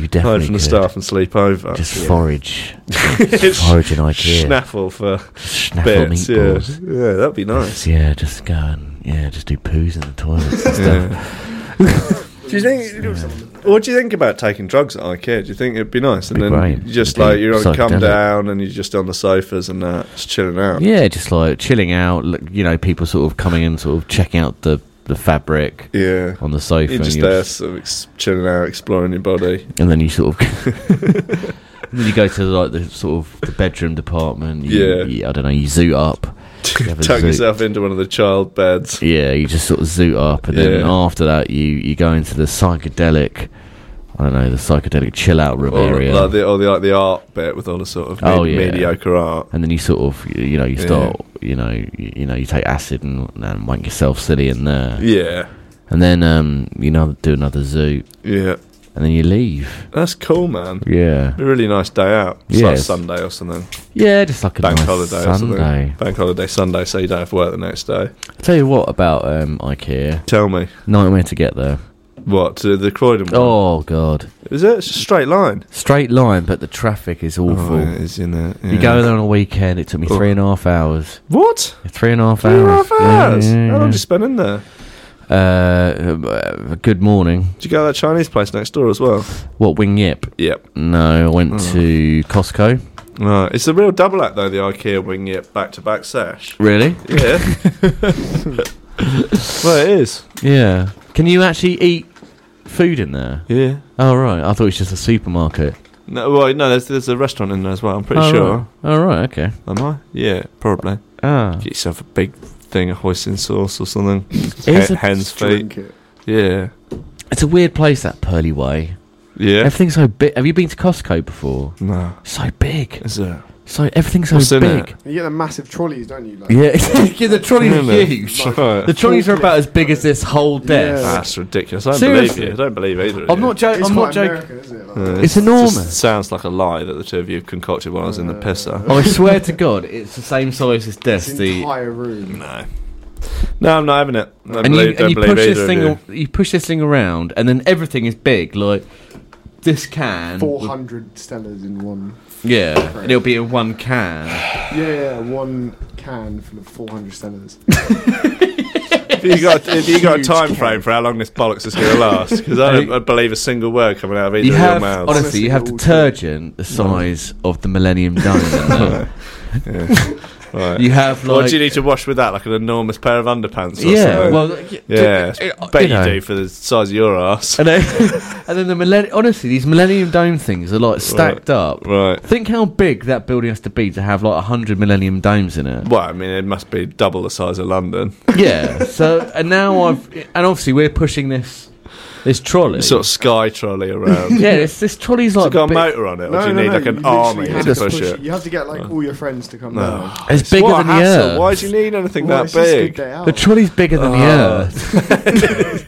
hide definitely from the could. staff and sleep over. Just Yeah. forage. It's forage in Ikea. Snaffle for Snaffle bits, yeah. meatballs. yeah, that'd be nice. Yeah, just go and yeah, just do poos in the [laughs] toilets and stuff. do you think? What do you think about taking drugs at IKEA? Do you think it'd be nice? And Be then great. you just It'd be like you're on come psychedelic. down and you're just on the sofas and that, just chilling out. Yeah, just like chilling out. look- You know, people sort of coming in, sort of checking out the, the fabric. Yeah. on the sofa. You're and, just you're there, just- sort of ex- chilling out, exploring your body. and then you [laughs] sort of, [laughs] then you go to like the sort of the bedroom department. You, Yeah. you- I don't know. You [laughs] zoot up. You have a Tuck zoot- yourself into one of the child beds. Yeah, you just sort of zoot up, and then Yeah. after that, you you go into the psychedelic. I don't know the psychedelic chill out room Or area. like the, or the like the art bit with all the sort of Oh, me- yeah. mediocre art. and then you sort of you you know you Yeah. start you know you, you know you take acid and, and wank yourself silly in there. Yeah. And then um you know do another zoo. Yeah. And then you leave. That's cool, man. Yeah. Be a really nice day out. It's like Yes. Sunday or something. Yeah, just like a bank nice holiday or Sunday. something. Bank holiday Sunday, so you don't have to work the next day. I tell you what about um IKEA. Tell me. Nightmare to get there. What to the Croydon? one? Oh god. Is it? It's a straight line. Straight line, but the traffic is awful. Oh, it is, isn't it? You Yeah. go there on a weekend. It took me Oh. three and a half hours. What? Three and a half Three and a hours. half hours. Oh, Yeah, yeah, How long yeah. did you spend in there? Uh, uh, good morning. Did you go to that Chinese place next door as well? What wing yip? Yep. No, I went Oh. to Costco. No, it's a real double act though. The IKEA wing it back to back sesh. Really? [laughs] Yeah. well, it is. Yeah. Can you actually eat food in there? Yeah. Oh right. I thought it was just a supermarket. No, well, no. There's there's a restaurant in there as well. I'm pretty Oh, sure. right. Oh right. Okay. Am I? Yeah, probably. Ah. Get yourself a big thing of hoisin sauce or something. is He- a- Hen's Just feet. drink it. Yeah. It's a weird place that Pearly Way. Yeah. Everything's so big. Have you been to Costco before? No. So big. Is it? So everything's so What's in big. You get the massive trolleys, don't you? [laughs] Like, Yeah. yeah, the trolleys are Really? huge. Right. The trolleys are about as big as this whole desk. Ah, That's ridiculous. I don't Seriously. believe you. I don't believe either. of I'm you. not joking. It's I'm quite not joking. American, isn't it? Uh, It's it enormous. Uh, just sounds like a lie that the two of you concocted while I was in the pisser. I swear to God, it's the same size as desk. It's The entire room. No. No, I'm not having it. I don't and believe, you, don't and you believe push either this thing, of you. push this thing around, and then everything is big. Like this can, Four hundred Stellas in one. yeah, and it'll be in one can. Yeah, yeah, one can full of four hundred Stellas. If you got, [laughs] if you got a time frame for how long this bollocks is going to last, because I don't I believe a single word coming out of either You of have your mouths. honestly, you have detergent the size of the [laughs] Millennium Dome. in there. Right. You have like what do you need to wash with that? Like an enormous pair of underpants? Or Yeah, something? well, y- yeah. d- d- I bet you you, know. do for the size of your ass. and then, [laughs] and then the millennium. Honestly, these Millennium Dome things are like stacked up. Right. Think how big that building has to be to have like hundred Millennium Domes in it. Well, I mean, it must be double the size of London. yeah. So and now I've and obviously we're pushing this this trolley. sort of sky trolley around. [laughs] yeah, this this trolley's Has like it got a big- motor on it, or do you need like an literally army to have push, it? You have to get Uh. like all your friends to come No. down. It's bigger What a than the hassle. Earth. Why do you need anything Well, that it's just a big? good day out. The trolley's bigger than the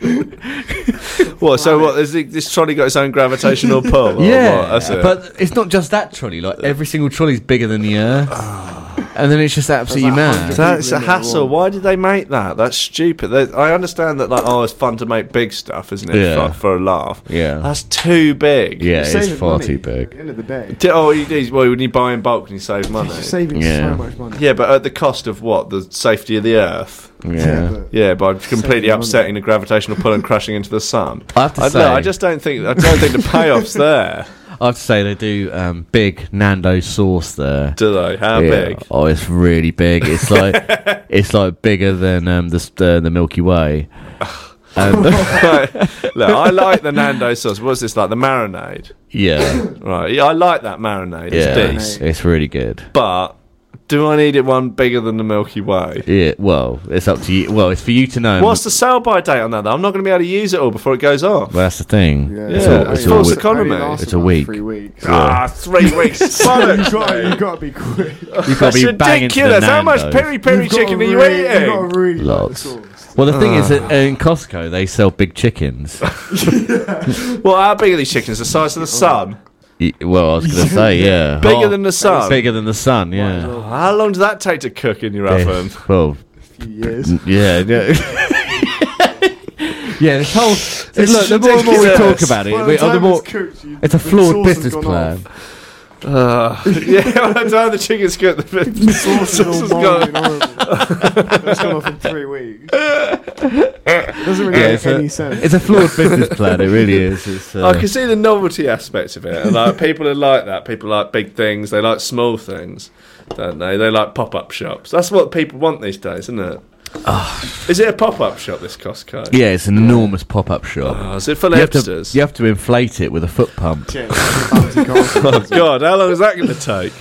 Oh. Earth. What? So what? Is it, this trolley got its own [laughs] gravitational pull? or yeah, what? That's it. Ah. but it's not just that trolley. Like every single trolley's bigger than the Earth. and then it's just absolutely mad. That's a hassle. Why did they make that? That's stupid. They, I understand that, like, oh, it's fun to make big stuff, isn't it? Yeah. For, for a laugh. Yeah. That's too big. Yeah, it's Saving far money. too big. At the end of the day. Di- Oh, you do. Well, when you buy in bulk, and you save money. You're saving Yeah. so much money. Yeah, but at the cost of what? The safety of the Earth. Yeah. Yeah, by completely Saving money. upsetting the gravitational pull and crashing into the sun. I have to don't know, say- I just don't think. I don't think the [laughs] payoff's there. I have to say they do um, big Nando sauce there. Do they? How big? Oh, it's really big. [laughs] It's like it's like bigger than um, the s- uh, the [laughs] Milky Way. Um, Look, I [laughs] like the Nando sauce. What's this like? The marinade. yeah, Right. Yeah, I like that marinade. yeah, It's it's, decent. really good. But do I need it one bigger than the Milky Way? Yeah, well, it's up to you. Well, it's for you to know. What's the sell by date on that though? I'm not going to be able to use it all before it goes off. Well, that's the thing. Yeah. It's, Yeah, all, it's, it's all false wi- economy. It's a week. Three weeks. Ah, [laughs] three weeks. [laughs] you Bollocks, got you mate. got to be quick. You've got That's to be banging to the ridiculous. How much Nando's. peri peri You've got chicken are a you really- eating? you've got a really Lots. Well, the thing is that uh, in Costco they sell big chickens. well, how big are these chickens? The size of the Oh. sun? Y- well, I [laughs] was going to say, yeah, Bigger Oh, than the sun. Bigger than the sun. Yeah. Eh, How long does that take to cook in your oven? [laughs] [laughs] Well, years. n- yeah, yeah. [laughs] Yeah, this whole look. The more and more we ridiculous. talk about it, By we, the oh, the time more it's cooked, you- it's a the flawed sauce has business gone plan. Uh, yeah, by the time the chicken's cooked, the, [laughs] the [laughs] sauce Sauce is has all gone. mine and horrible. [laughs] That's gone off in three weeks. Doesn't really Yeah, make it's any a, sense. it's a flawed business plan. [laughs] It really is. It's, uh, I can see the novelty aspects of it. And, [laughs] like people are like that. People like big things. They like small things, don't they? They like pop-up shops. That's what people want these days, isn't it? Ah. Is it a pop-up shop? This Costco? yeah, it's an enormous pop-up shop. Oh, is it for you have, to, hipsters? you have to inflate it with a foot pump. [laughs] oh God, how long is that going to take?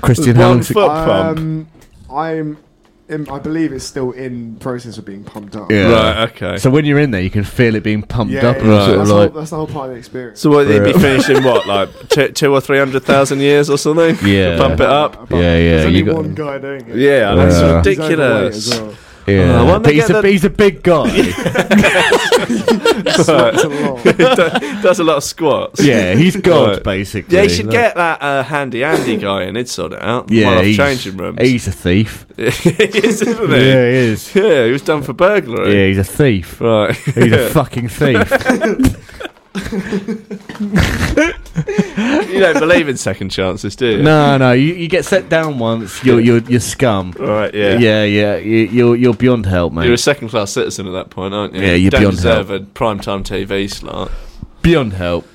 Christian, how one long's it- foot pump. Um, I'm, in, I believe it's still in process of being pumped up. Yeah. Right, okay. So when you're in there, you can feel it being pumped Yeah, up yeah, and yeah. sort of that's, like. the, that's the whole part of the experience. So what they'd be Real. finishing [laughs] what like two, two or three hundred thousand years or something? Yeah. pump it up. Yeah, yeah. There's only You got, one guy doing it. Yeah, that's Yeah. He's ridiculous. overweight as well. yeah. Oh, why don't but they he's get a, the- he's a big [laughs] guy. That's a lot. Does- Does a lot of squats. yeah, he's God, Right. basically. Yeah, you should Like- get that uh, handy Andy guy in. He'd sort it out. Yeah, one off he's- changing rooms. He's a thief. [laughs] He is, isn't Yeah, he? he is. Yeah, he was done for Yeah, burglary. he's a thief. Right. [laughs] He's a fucking thief. [laughs] you don't believe in second chances, do you? No, no, you, you get set down once, you're you're, you're scum. Right, yeah. yeah, yeah. You, you're you're beyond help, mate. You're a second class citizen at that point, aren't you? Yeah, you're don't beyond deserve a primetime TV slot. beyond help.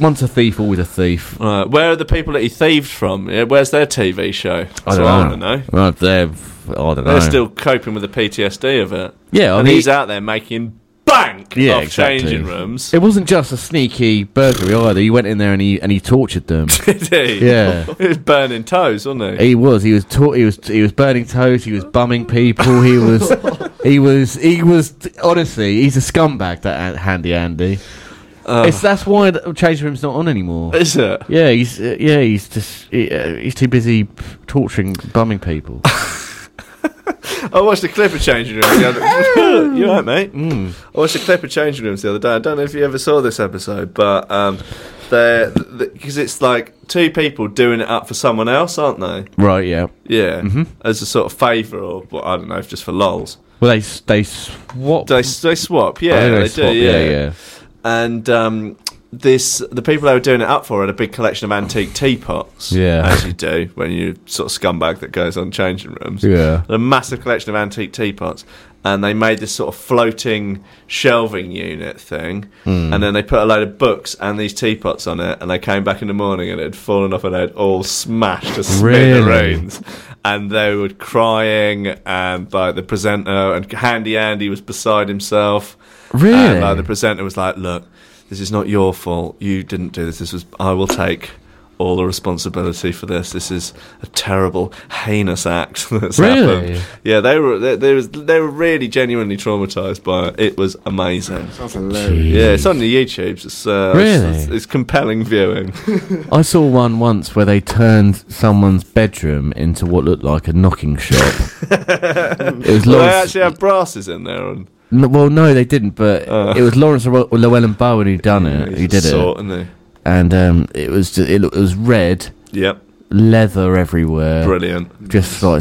Once a thief, always a thief. Right. Where are the people that he thieved from? Yeah, where's their TV show? That's I what don't I know. want to know. Well, they're, I don't know. They're still coping with the PTSD of it. Yeah, I and mean- he's out there making bank yeah, off exactly. changing rooms. It wasn't just a sneaky burglary either. He went in there and he and he [laughs] tortured them. Did he? Yeah. [laughs] he was burning toes, wasn't he? he was. He was. Ta- he was. He was burning toes. He was bumming people. [laughs] He was. he was. He was. Honestly, he's a scumbag. That An- Handy Andy. Uh. It's that's why the change room's not on anymore. Is it? Yeah, he's uh, yeah, he's just he, uh, he's too busy p- torturing, [laughs] bumming people. I watched a clip of changing rooms. The [laughs] other [laughs] you alright, mate? Hmm. I watched a clip of changing rooms the other day. I don't know if you ever saw this episode, but um, they're because it's like two people doing it up for someone else, aren't they? right? Yeah. Yeah, Mm-hmm. as a sort of favour, or well, I don't know, just for lols. Well, they s- they swap. They they swap, I yeah, think they, Oh, swap, do, yeah. yeah. And um, this, the people they were doing it up for had a big collection of antique teapots, Yeah. as you do when you sort of scumbag that goes on changing rooms, Yeah. And a massive collection of antique teapots. And they made this sort of floating shelving unit thing, Hmm. and then they put a load of books and these teapots on it. And they came back in the morning, and it had fallen off, and they'd all smashed to smithereens. And they were crying, and like the presenter and Handy Andy was beside himself. Really? And, like, the presenter was like, "Look, this is not your fault. You didn't do this. This was I will take all the responsibility for this. This is a terrible, heinous act [laughs] that's Really? happened." Yeah, they were they, they was they were really genuinely traumatized by it. It was amazing. That's hilarious. Yeah, it's on the YouTube's. It's, uh, Really? it's, it's compelling viewing. I saw one once where they turned someone's bedroom into what looked like a [laughs] knocking shop. it was Do they Lawrence. actually have brasses in there. And, n- well, no, they didn't. But it was Lawrence Llew- Llewellyn Bowen who done it. Uh. He's who a did sort, it, isn't and um, it was ju- it, looked- it was red. he? Yep. leather everywhere. Brilliant. Just like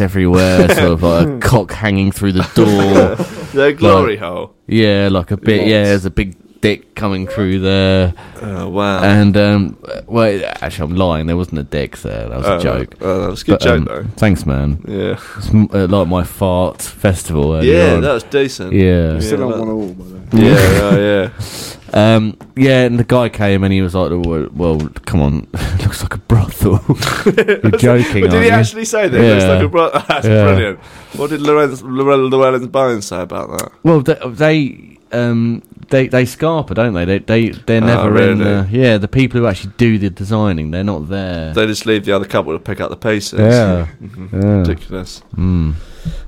[laughs] everywhere, sort of like a cock hanging through the door. Their glory hole. Yeah, like a bit. Yeah, there's a big dick coming through there. Oh wow! And um, well, actually, I'm lying. There wasn't a dick there. That was Oh, a joke. um, oh, that was a good joke, though. Thanks, man. Yeah. it's m- uh, like my fart festival. earlier Yeah, on. that was decent. Yeah, You still Yeah, haven't that- won all, by the way. Yeah, oh, yeah. [laughs] Um, yeah, and the guy came and he was like, "Well, well, come on, [laughs] it looks like a brothel." [laughs] [laughs] You're joking. But did aren't he you? actually say that? It looks Yeah. like a bro- [laughs] That's Yeah. brilliant. What did Lorenz, Lorel Llewellyn's Bowen say about that? Well, they they, um, they they scarper, don't they? They they they're Ah, never in. really? The, yeah, the people who actually do the designing, they're not there. They just leave the other couple to pick up the pieces. Yeah. Mhm. Yeah. Ridiculous. Mm.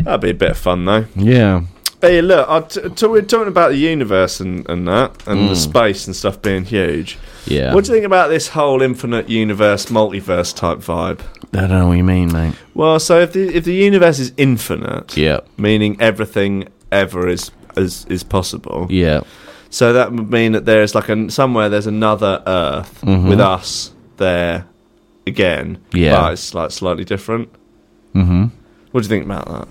That'd be a bit of fun, though. Yeah. Hey, look, I t- t- we're talking about the universe and, and that, and the Mm. space and stuff being huge. Yeah. What do you think about this whole infinite universe, multiverse type vibe? I don't know what you mean, mate. Well, so if the if the universe is infinite, Yeah. meaning everything ever is is is possible, Yeah. So that would mean that there is like an somewhere there's another Earth Mhm. with us there again, Yeah. but it's like slightly different. Mm-hmm. What do you think about that?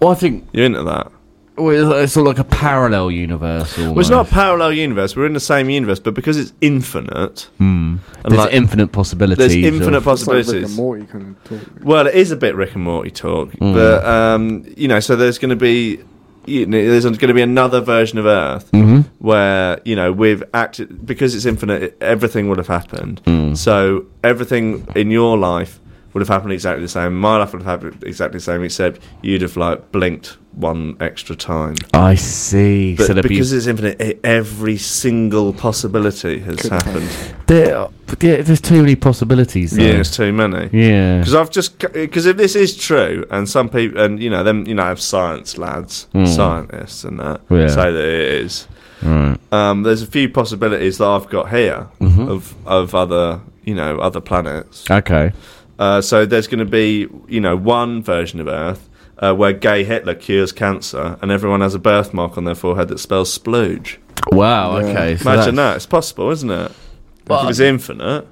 Well, I think you're into that. Well, it's sort of like a parallel universe. Almost. Well, it's not a parallel universe. We're in the same universe, but because it's infinite, Hmm. and There's infinite possibilities There's infinite of- Mm. It's like Rick and possibilities. Morty kind of talk. Well, it is a bit Rick and Morty talk, Mm. but um, you know, so there's going to be, you know, there's going to be another version of Earth Mhm. where you know we've acted because it's infinite. it- Everything would have happened. Mm. So everything in your life would have happened exactly the same. My life would have happened exactly the same, except you'd have like blinked one extra time. I see. But so there'd be- because it's infinite, e- every single possibility has happened. there, but yeah, there's too many possibilities. Though. Yeah, it's too many. Yeah. because I've just because if this is true, and some people, and you know them, you know, have science lads, Mm. scientists, and that Yeah. say that it is. Right. Um, there's a few possibilities that I've got here Mhm. of of other you know other planets. Okay. Uh, so there's going to be you know one version of Earth. Uh, where gay Hitler cures cancer and everyone has a birthmark on their forehead that spells splooge. Wow. Okay. so Imagine that's- that. It's possible, isn't it? if Well- it was infinite.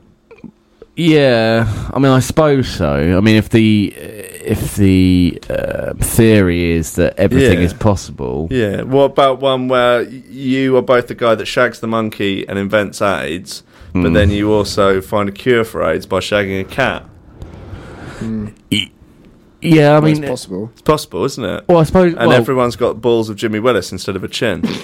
Yeah, I mean, I suppose so. I mean, if the if the uh, theory is that everything Yeah. is possible, Yeah. What about one where y- you are both the guy that shags the monkey and invents AIDS, but Mm. then you also find a cure for AIDS by shagging a cat? yeah, I Well, it's mean, possible. It's possible, isn't it? Well, I suppose- And well- everyone's got balls of Jimmy Willis instead of a chin. [laughs]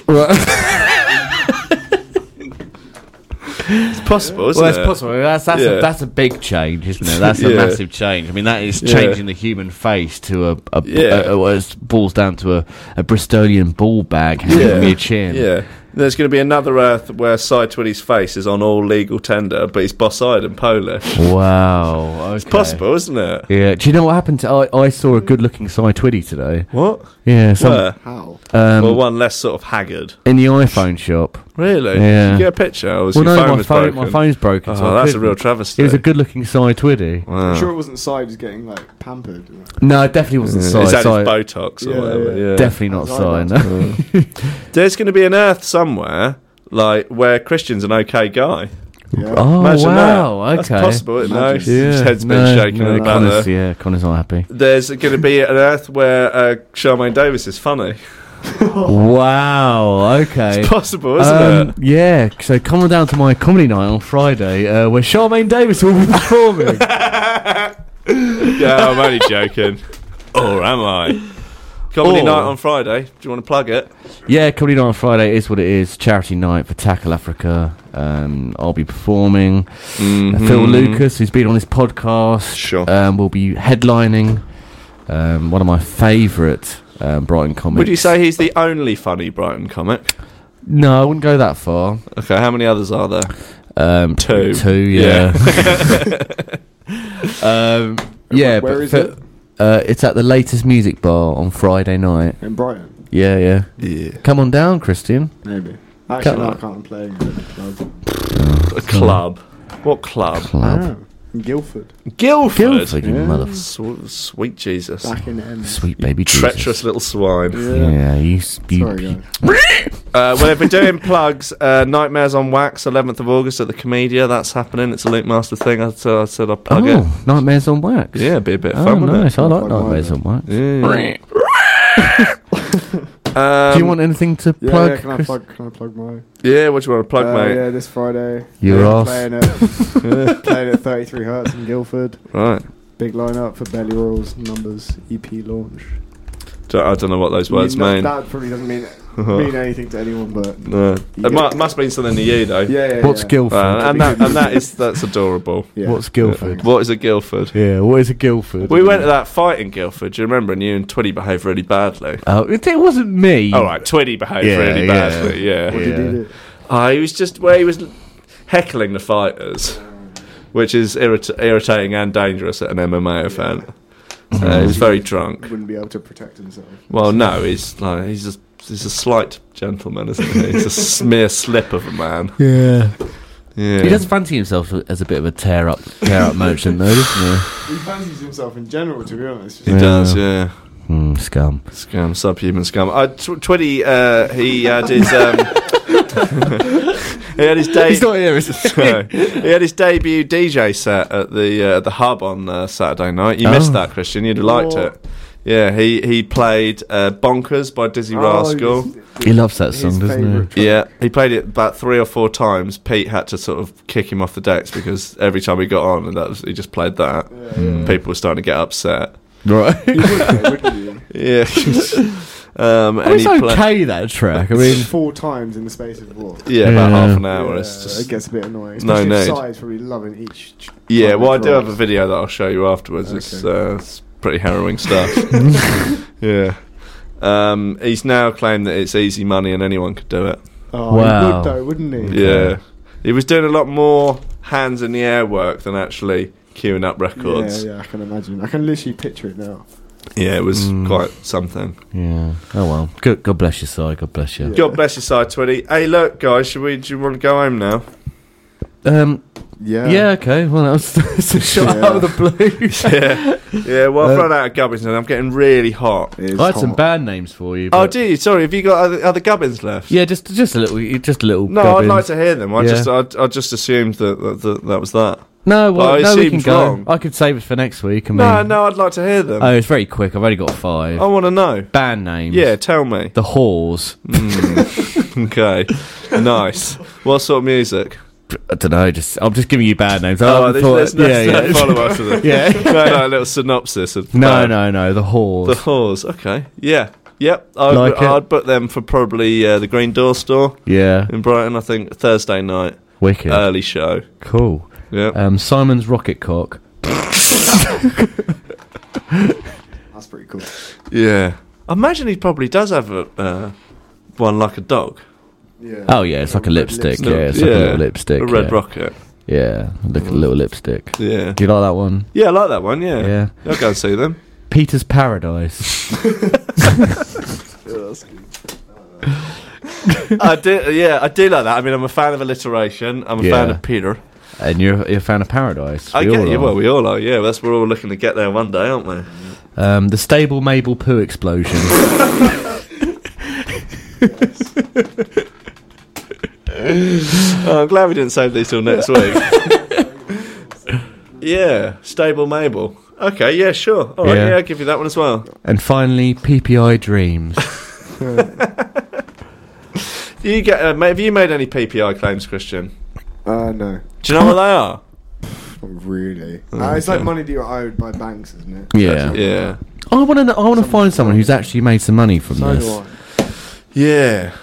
it's possible, isn't well, it? it's possible. That's that's, Yeah. a, that's a big change, isn't it? That's a Yeah. massive change. I mean, that is Yeah. changing the human face to a, a, Yeah. a, a- well, it's balls down to a, a Bristolian ball bag hanging Yeah. from your chin. Yeah. There's going to be another Earth where Cy Twitty's face is on all legal tender, but he's boss-eyed and Polish. Wow. It's possible, isn't it? Yeah. Do you know what happened to? I, I saw a good-looking Cy Twiddy today. What? Yeah. Some, Where? How? Um, well, one less sort of haggard. in the iPhone shop. Really? Yeah. Did you get a picture? Or was well, your no, phone my was phone, my broken? phone's broken. Oh, so I that's a couldn't. real travesty. It was a good-looking Cy Twiddy. Wow. I'm sure it wasn't Cy just getting like pampered. No, it definitely wasn't Yeah. Cy. It's had Cy- his Botox or Yeah, whatever. yeah. Yeah. Definitely not Cy. No. [laughs] [laughs] There's going to be an Earth somewhere, like where Christian's an okay guy. Oh Imagine that. wow! That's Okay, possible, isn't it? No, his head's been no, shaking No, about Connor's, there. yeah, Connor's not happy. There's going to be an Earth where uh, Charmaine Davis is funny. [laughs] Wow. Okay. It's possible, isn't it? Yeah. So come on down to my comedy night on Friday, uh, where Charmaine Davis will be performing. [laughs] yeah, I'm only joking. or am I? Comedy Or- night on Friday. Do you want to plug it? yeah, comedy night on Friday is what it is. Charity night for Tackle Africa. Um, I'll be performing. Uh, Phil Lucas, who's been on this podcast, sure. um, will be headlining. Um, one of my favourite um, Brighton comics. Would you say he's the only funny Brighton comic? No, I wouldn't go that far. Okay, how many others are there? Um, Two. Two, yeah. [laughs] um, yeah, Where but is for- it? Uh, it's at the latest music bar on Friday night. In Brighton? Yeah, yeah. Yeah. Come on down, Christian. Maybe. Actually, Come no, I on. can't play. in the club. A club. What club? Club. Guildford. Guildford, Guildford, you mother- Sw- sweet Jesus, Back in M. Sweet baby You treacherous little swine. Yeah, you. you Uh, well, if we're doing plugs, uh, Nightmares on Wax, 11th of August at the Comedia. That's happening. It's a Luke Master thing. I, so I said I'll plug it. oh, nightmares on wax. Yeah, it'd be a bit of oh, fun, wouldn't it? Nice. I like nightmares on wax. Yeah. [laughs] Um, Do you want anything to Yeah, plug? yeah, can I Chris? plug? Can I plug my? Yeah, what you want to plug, Uh, mate? Yeah, this Friday. You're yeah, off. [laughs] Playing at, playing at 33 Hertz in Guildford. Right. Big lineup for Belly Royals numbers EP launch. Don't- I don't know what those words You know, mean. [laughs] That probably [laughs] doesn't mean mean anything to anyone, but No. It mu- must mean something to you, though. Yeah, yeah, What's yeah. Guildford? Uh, and that, and that is that's adorable. Yeah. What's Guildford? Uh, what is a Guildford? Yeah, what is a Guildford? We went to that fight in Guildford. Do you remember? And you and Twitty behaved really badly. Oh, it, it wasn't me. All right, Twitty behaved Yeah, really yeah. badly. Yeah. What did he Yeah. do? Oh, he was just where he was heckling the fighters, which is irrit- irritating and dangerous at an MMA event. Uh, he Mm-hmm. was very drunk. Wouldn't be able to protect himself. Well, no, he's like he's a he's a slight gentleman, isn't he? He's a smear slip of a man. [laughs] Yeah. Yeah. He does fancy himself as a bit of a tear up, tear up merchant, though, doesn't He fancies himself in general, to be honest. He does, yeah. he? Mm, scum. Scum, subhuman scum. Uh, tw- Twitty, uh, he had his um, [laughs] he had his day. He's not here, is [laughs] he? No. He had his debut DJ set at the uh, the hub on uh, Saturday night. You missed Oh. that, Christian. You'd have liked What? it. Yeah, he he played uh, "Bonkers" by Dizzy Oh, Rascal. He loves that song, favourite doesn't he? Yeah, he played it about three or four times. Pete had to sort of kick him off the decks because every time he got on, and that was, he just played that. People were starting to get upset. [laughs] Right. [laughs] Yeah, um, and Oh, it's he pla- okay that track. I mean, four times in the space of what? Yeah, about Yeah. half an hour. it's Yeah, just it gets a bit annoying. No Especially if need. Si's probably loving each. ch- Yeah, time well, they I do drive. have a video that I'll show you afterwards. It's, uh, it's pretty harrowing stuff. yeah. Um, he's now claimed that it's easy money and anyone could do it. Oh, Wow. he would though, wouldn't he? Yeah. He was doing a lot more hands in the air work than actually queuing up records. Yeah, Yeah, yeah, I can imagine. I can literally picture it now. it was Mm. quite something. yeah. Oh well. God, God bless you, Si. God bless you. God bless you, side twenty. Hey, look, guys, should we? Do you want to go home now? Um. Yeah. Yeah. Okay. Well, that was [laughs] it's a shot out of the [laughs] blue. yeah, yeah. Well, Uh, I've run out of gubbins and I'm getting really hot. I had some bad names for you. Oh, but- do you? Sorry, have you got other, other gubbins left? uh, yeah. Just, just a little, just a little. No, I'd gubbins. like to hear them. I Yeah. just, I, I just assumed that that, that, that was that. No, But well, Oh, it no, we can seems go. wrong. I could save it for next week. I No, mean- no, I'd like to hear them. Oh, it's very quick. I've only got five. I want to know. Band names. Yeah, tell [laughs] me. The Whores. [laughs] Hmm. okay, nice. What sort of music? I don't know. Just I'm just giving you bad names. I Oh, haven't there's, there's thought- no, Um, yeah, yeah. follow up to [laughs] this. Yeah. no, no, a little synopsis of [laughs] No, band. no, no. The Whores. The whores. Okay, yeah, yep. I'd, Like it? I'd book them for probably uh, the Green Door store [laughs] yeah. in Brighton. I think Thursday night, Wicked. early show. Cool. Yeah. Um, Simon's rocket cock. That's pretty cool. Yeah, I imagine he probably does have a uh, one like a dog. Yeah. Oh yeah, it's like a lipstick. Yeah, it's like a little lipstick. A red yeah. rocket. Yeah, like a little lipstick. [laughs] Yeah. Do you like that one? Yeah, I like that one. Yeah, Yeah. I'll go and see them. Peter's Paradise. [laughs] [laughs] I do. Yeah, I do like that. I mean, I'm a fan of alliteration. I'm a fan Yeah. of Peter. and you're you're a fan of Paradise. I We get all you. are. Well, we all are. Yeah, that's we're all looking to get there one day, aren't we? Um, the stable Mabel poo explosion. Oh, I'm glad we didn't save these till next [laughs] week. yeah, stable Mabel. Okay, yeah, sure. All right, Yeah. yeah, I'll give you that one as well. and finally, PPI dreams. Do you get? Uh, ma- have you made any PPI claims, Christian? Uh, no, Do you know what they are? not really. Uh, it's like money that you're owed by banks, isn't it? Yeah. Yeah. I want to. I want to find someone who's actually made some money from So do this. I. Yeah.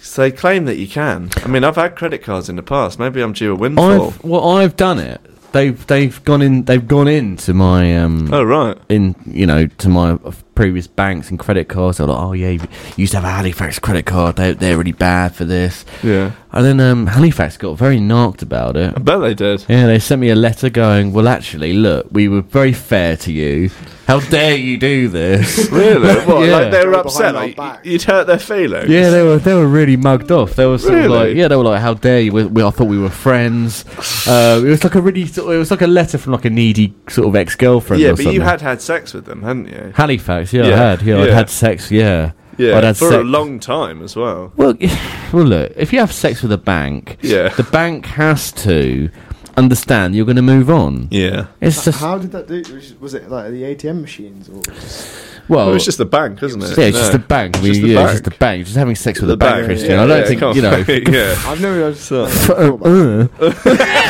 So they claim that you can. I mean, I've had credit cards in the past. Maybe I'm due a windfall. I've well, I've done it. They've they've gone in. They've gone into my um. Oh right. In you know to my previous banks and credit cards. They're like, oh yeah, you used to have a Halifax credit card. They they're really bad for this. Yeah. And then um, Halifax got very narked about it. I bet they did. Yeah, they sent me a letter going, well, actually, look, we were very fair to you. How dare you do this? [laughs] Really? What? yeah. Like they were upset. Like, y- you'd hurt their feelings. yeah, they were they were really mugged off. They were sort of Really? like, yeah, they were like, "How dare you?" We, we, I thought we [sighs] were friends. Uh, it was like a really, sort- it was like a letter from like a needy sort of ex girlfriend. Yeah, or but something. you had had sex with them, hadn't you? Halifax. Yeah, I had. Yeah, I'd had sex. Yeah, Yeah, I'd had for a sex. long time as well. Well, [sighs] well, look. If you have sex with a bank, Yeah. the bank has to understand you're going to move on. Yeah, it's just How did that do? Was- Was it like the ATM machines or? Just... well, Well, it's just the bank, isn't it? Oh. Yeah, it's just No. the bank. I It's mean, just the yeah, bank. it's just the bank. Just having sex with The a bank, bank, Christian. yeah, I don't yeah, think come you know. on, [laughs] yeah. I've never. I've F-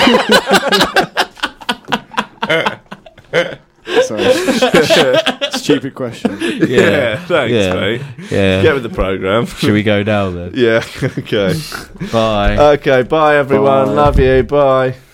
[laughs] [laughs] uh, uh. [laughs] Sorry. Stupid question. Yeah, thanks, [laughs] Yeah. mate. Yeah. Get with the program. Should we go now then? yeah, [laughs] okay. Bye. Uh, Okay, bye everyone. Bye. Love you. Bye.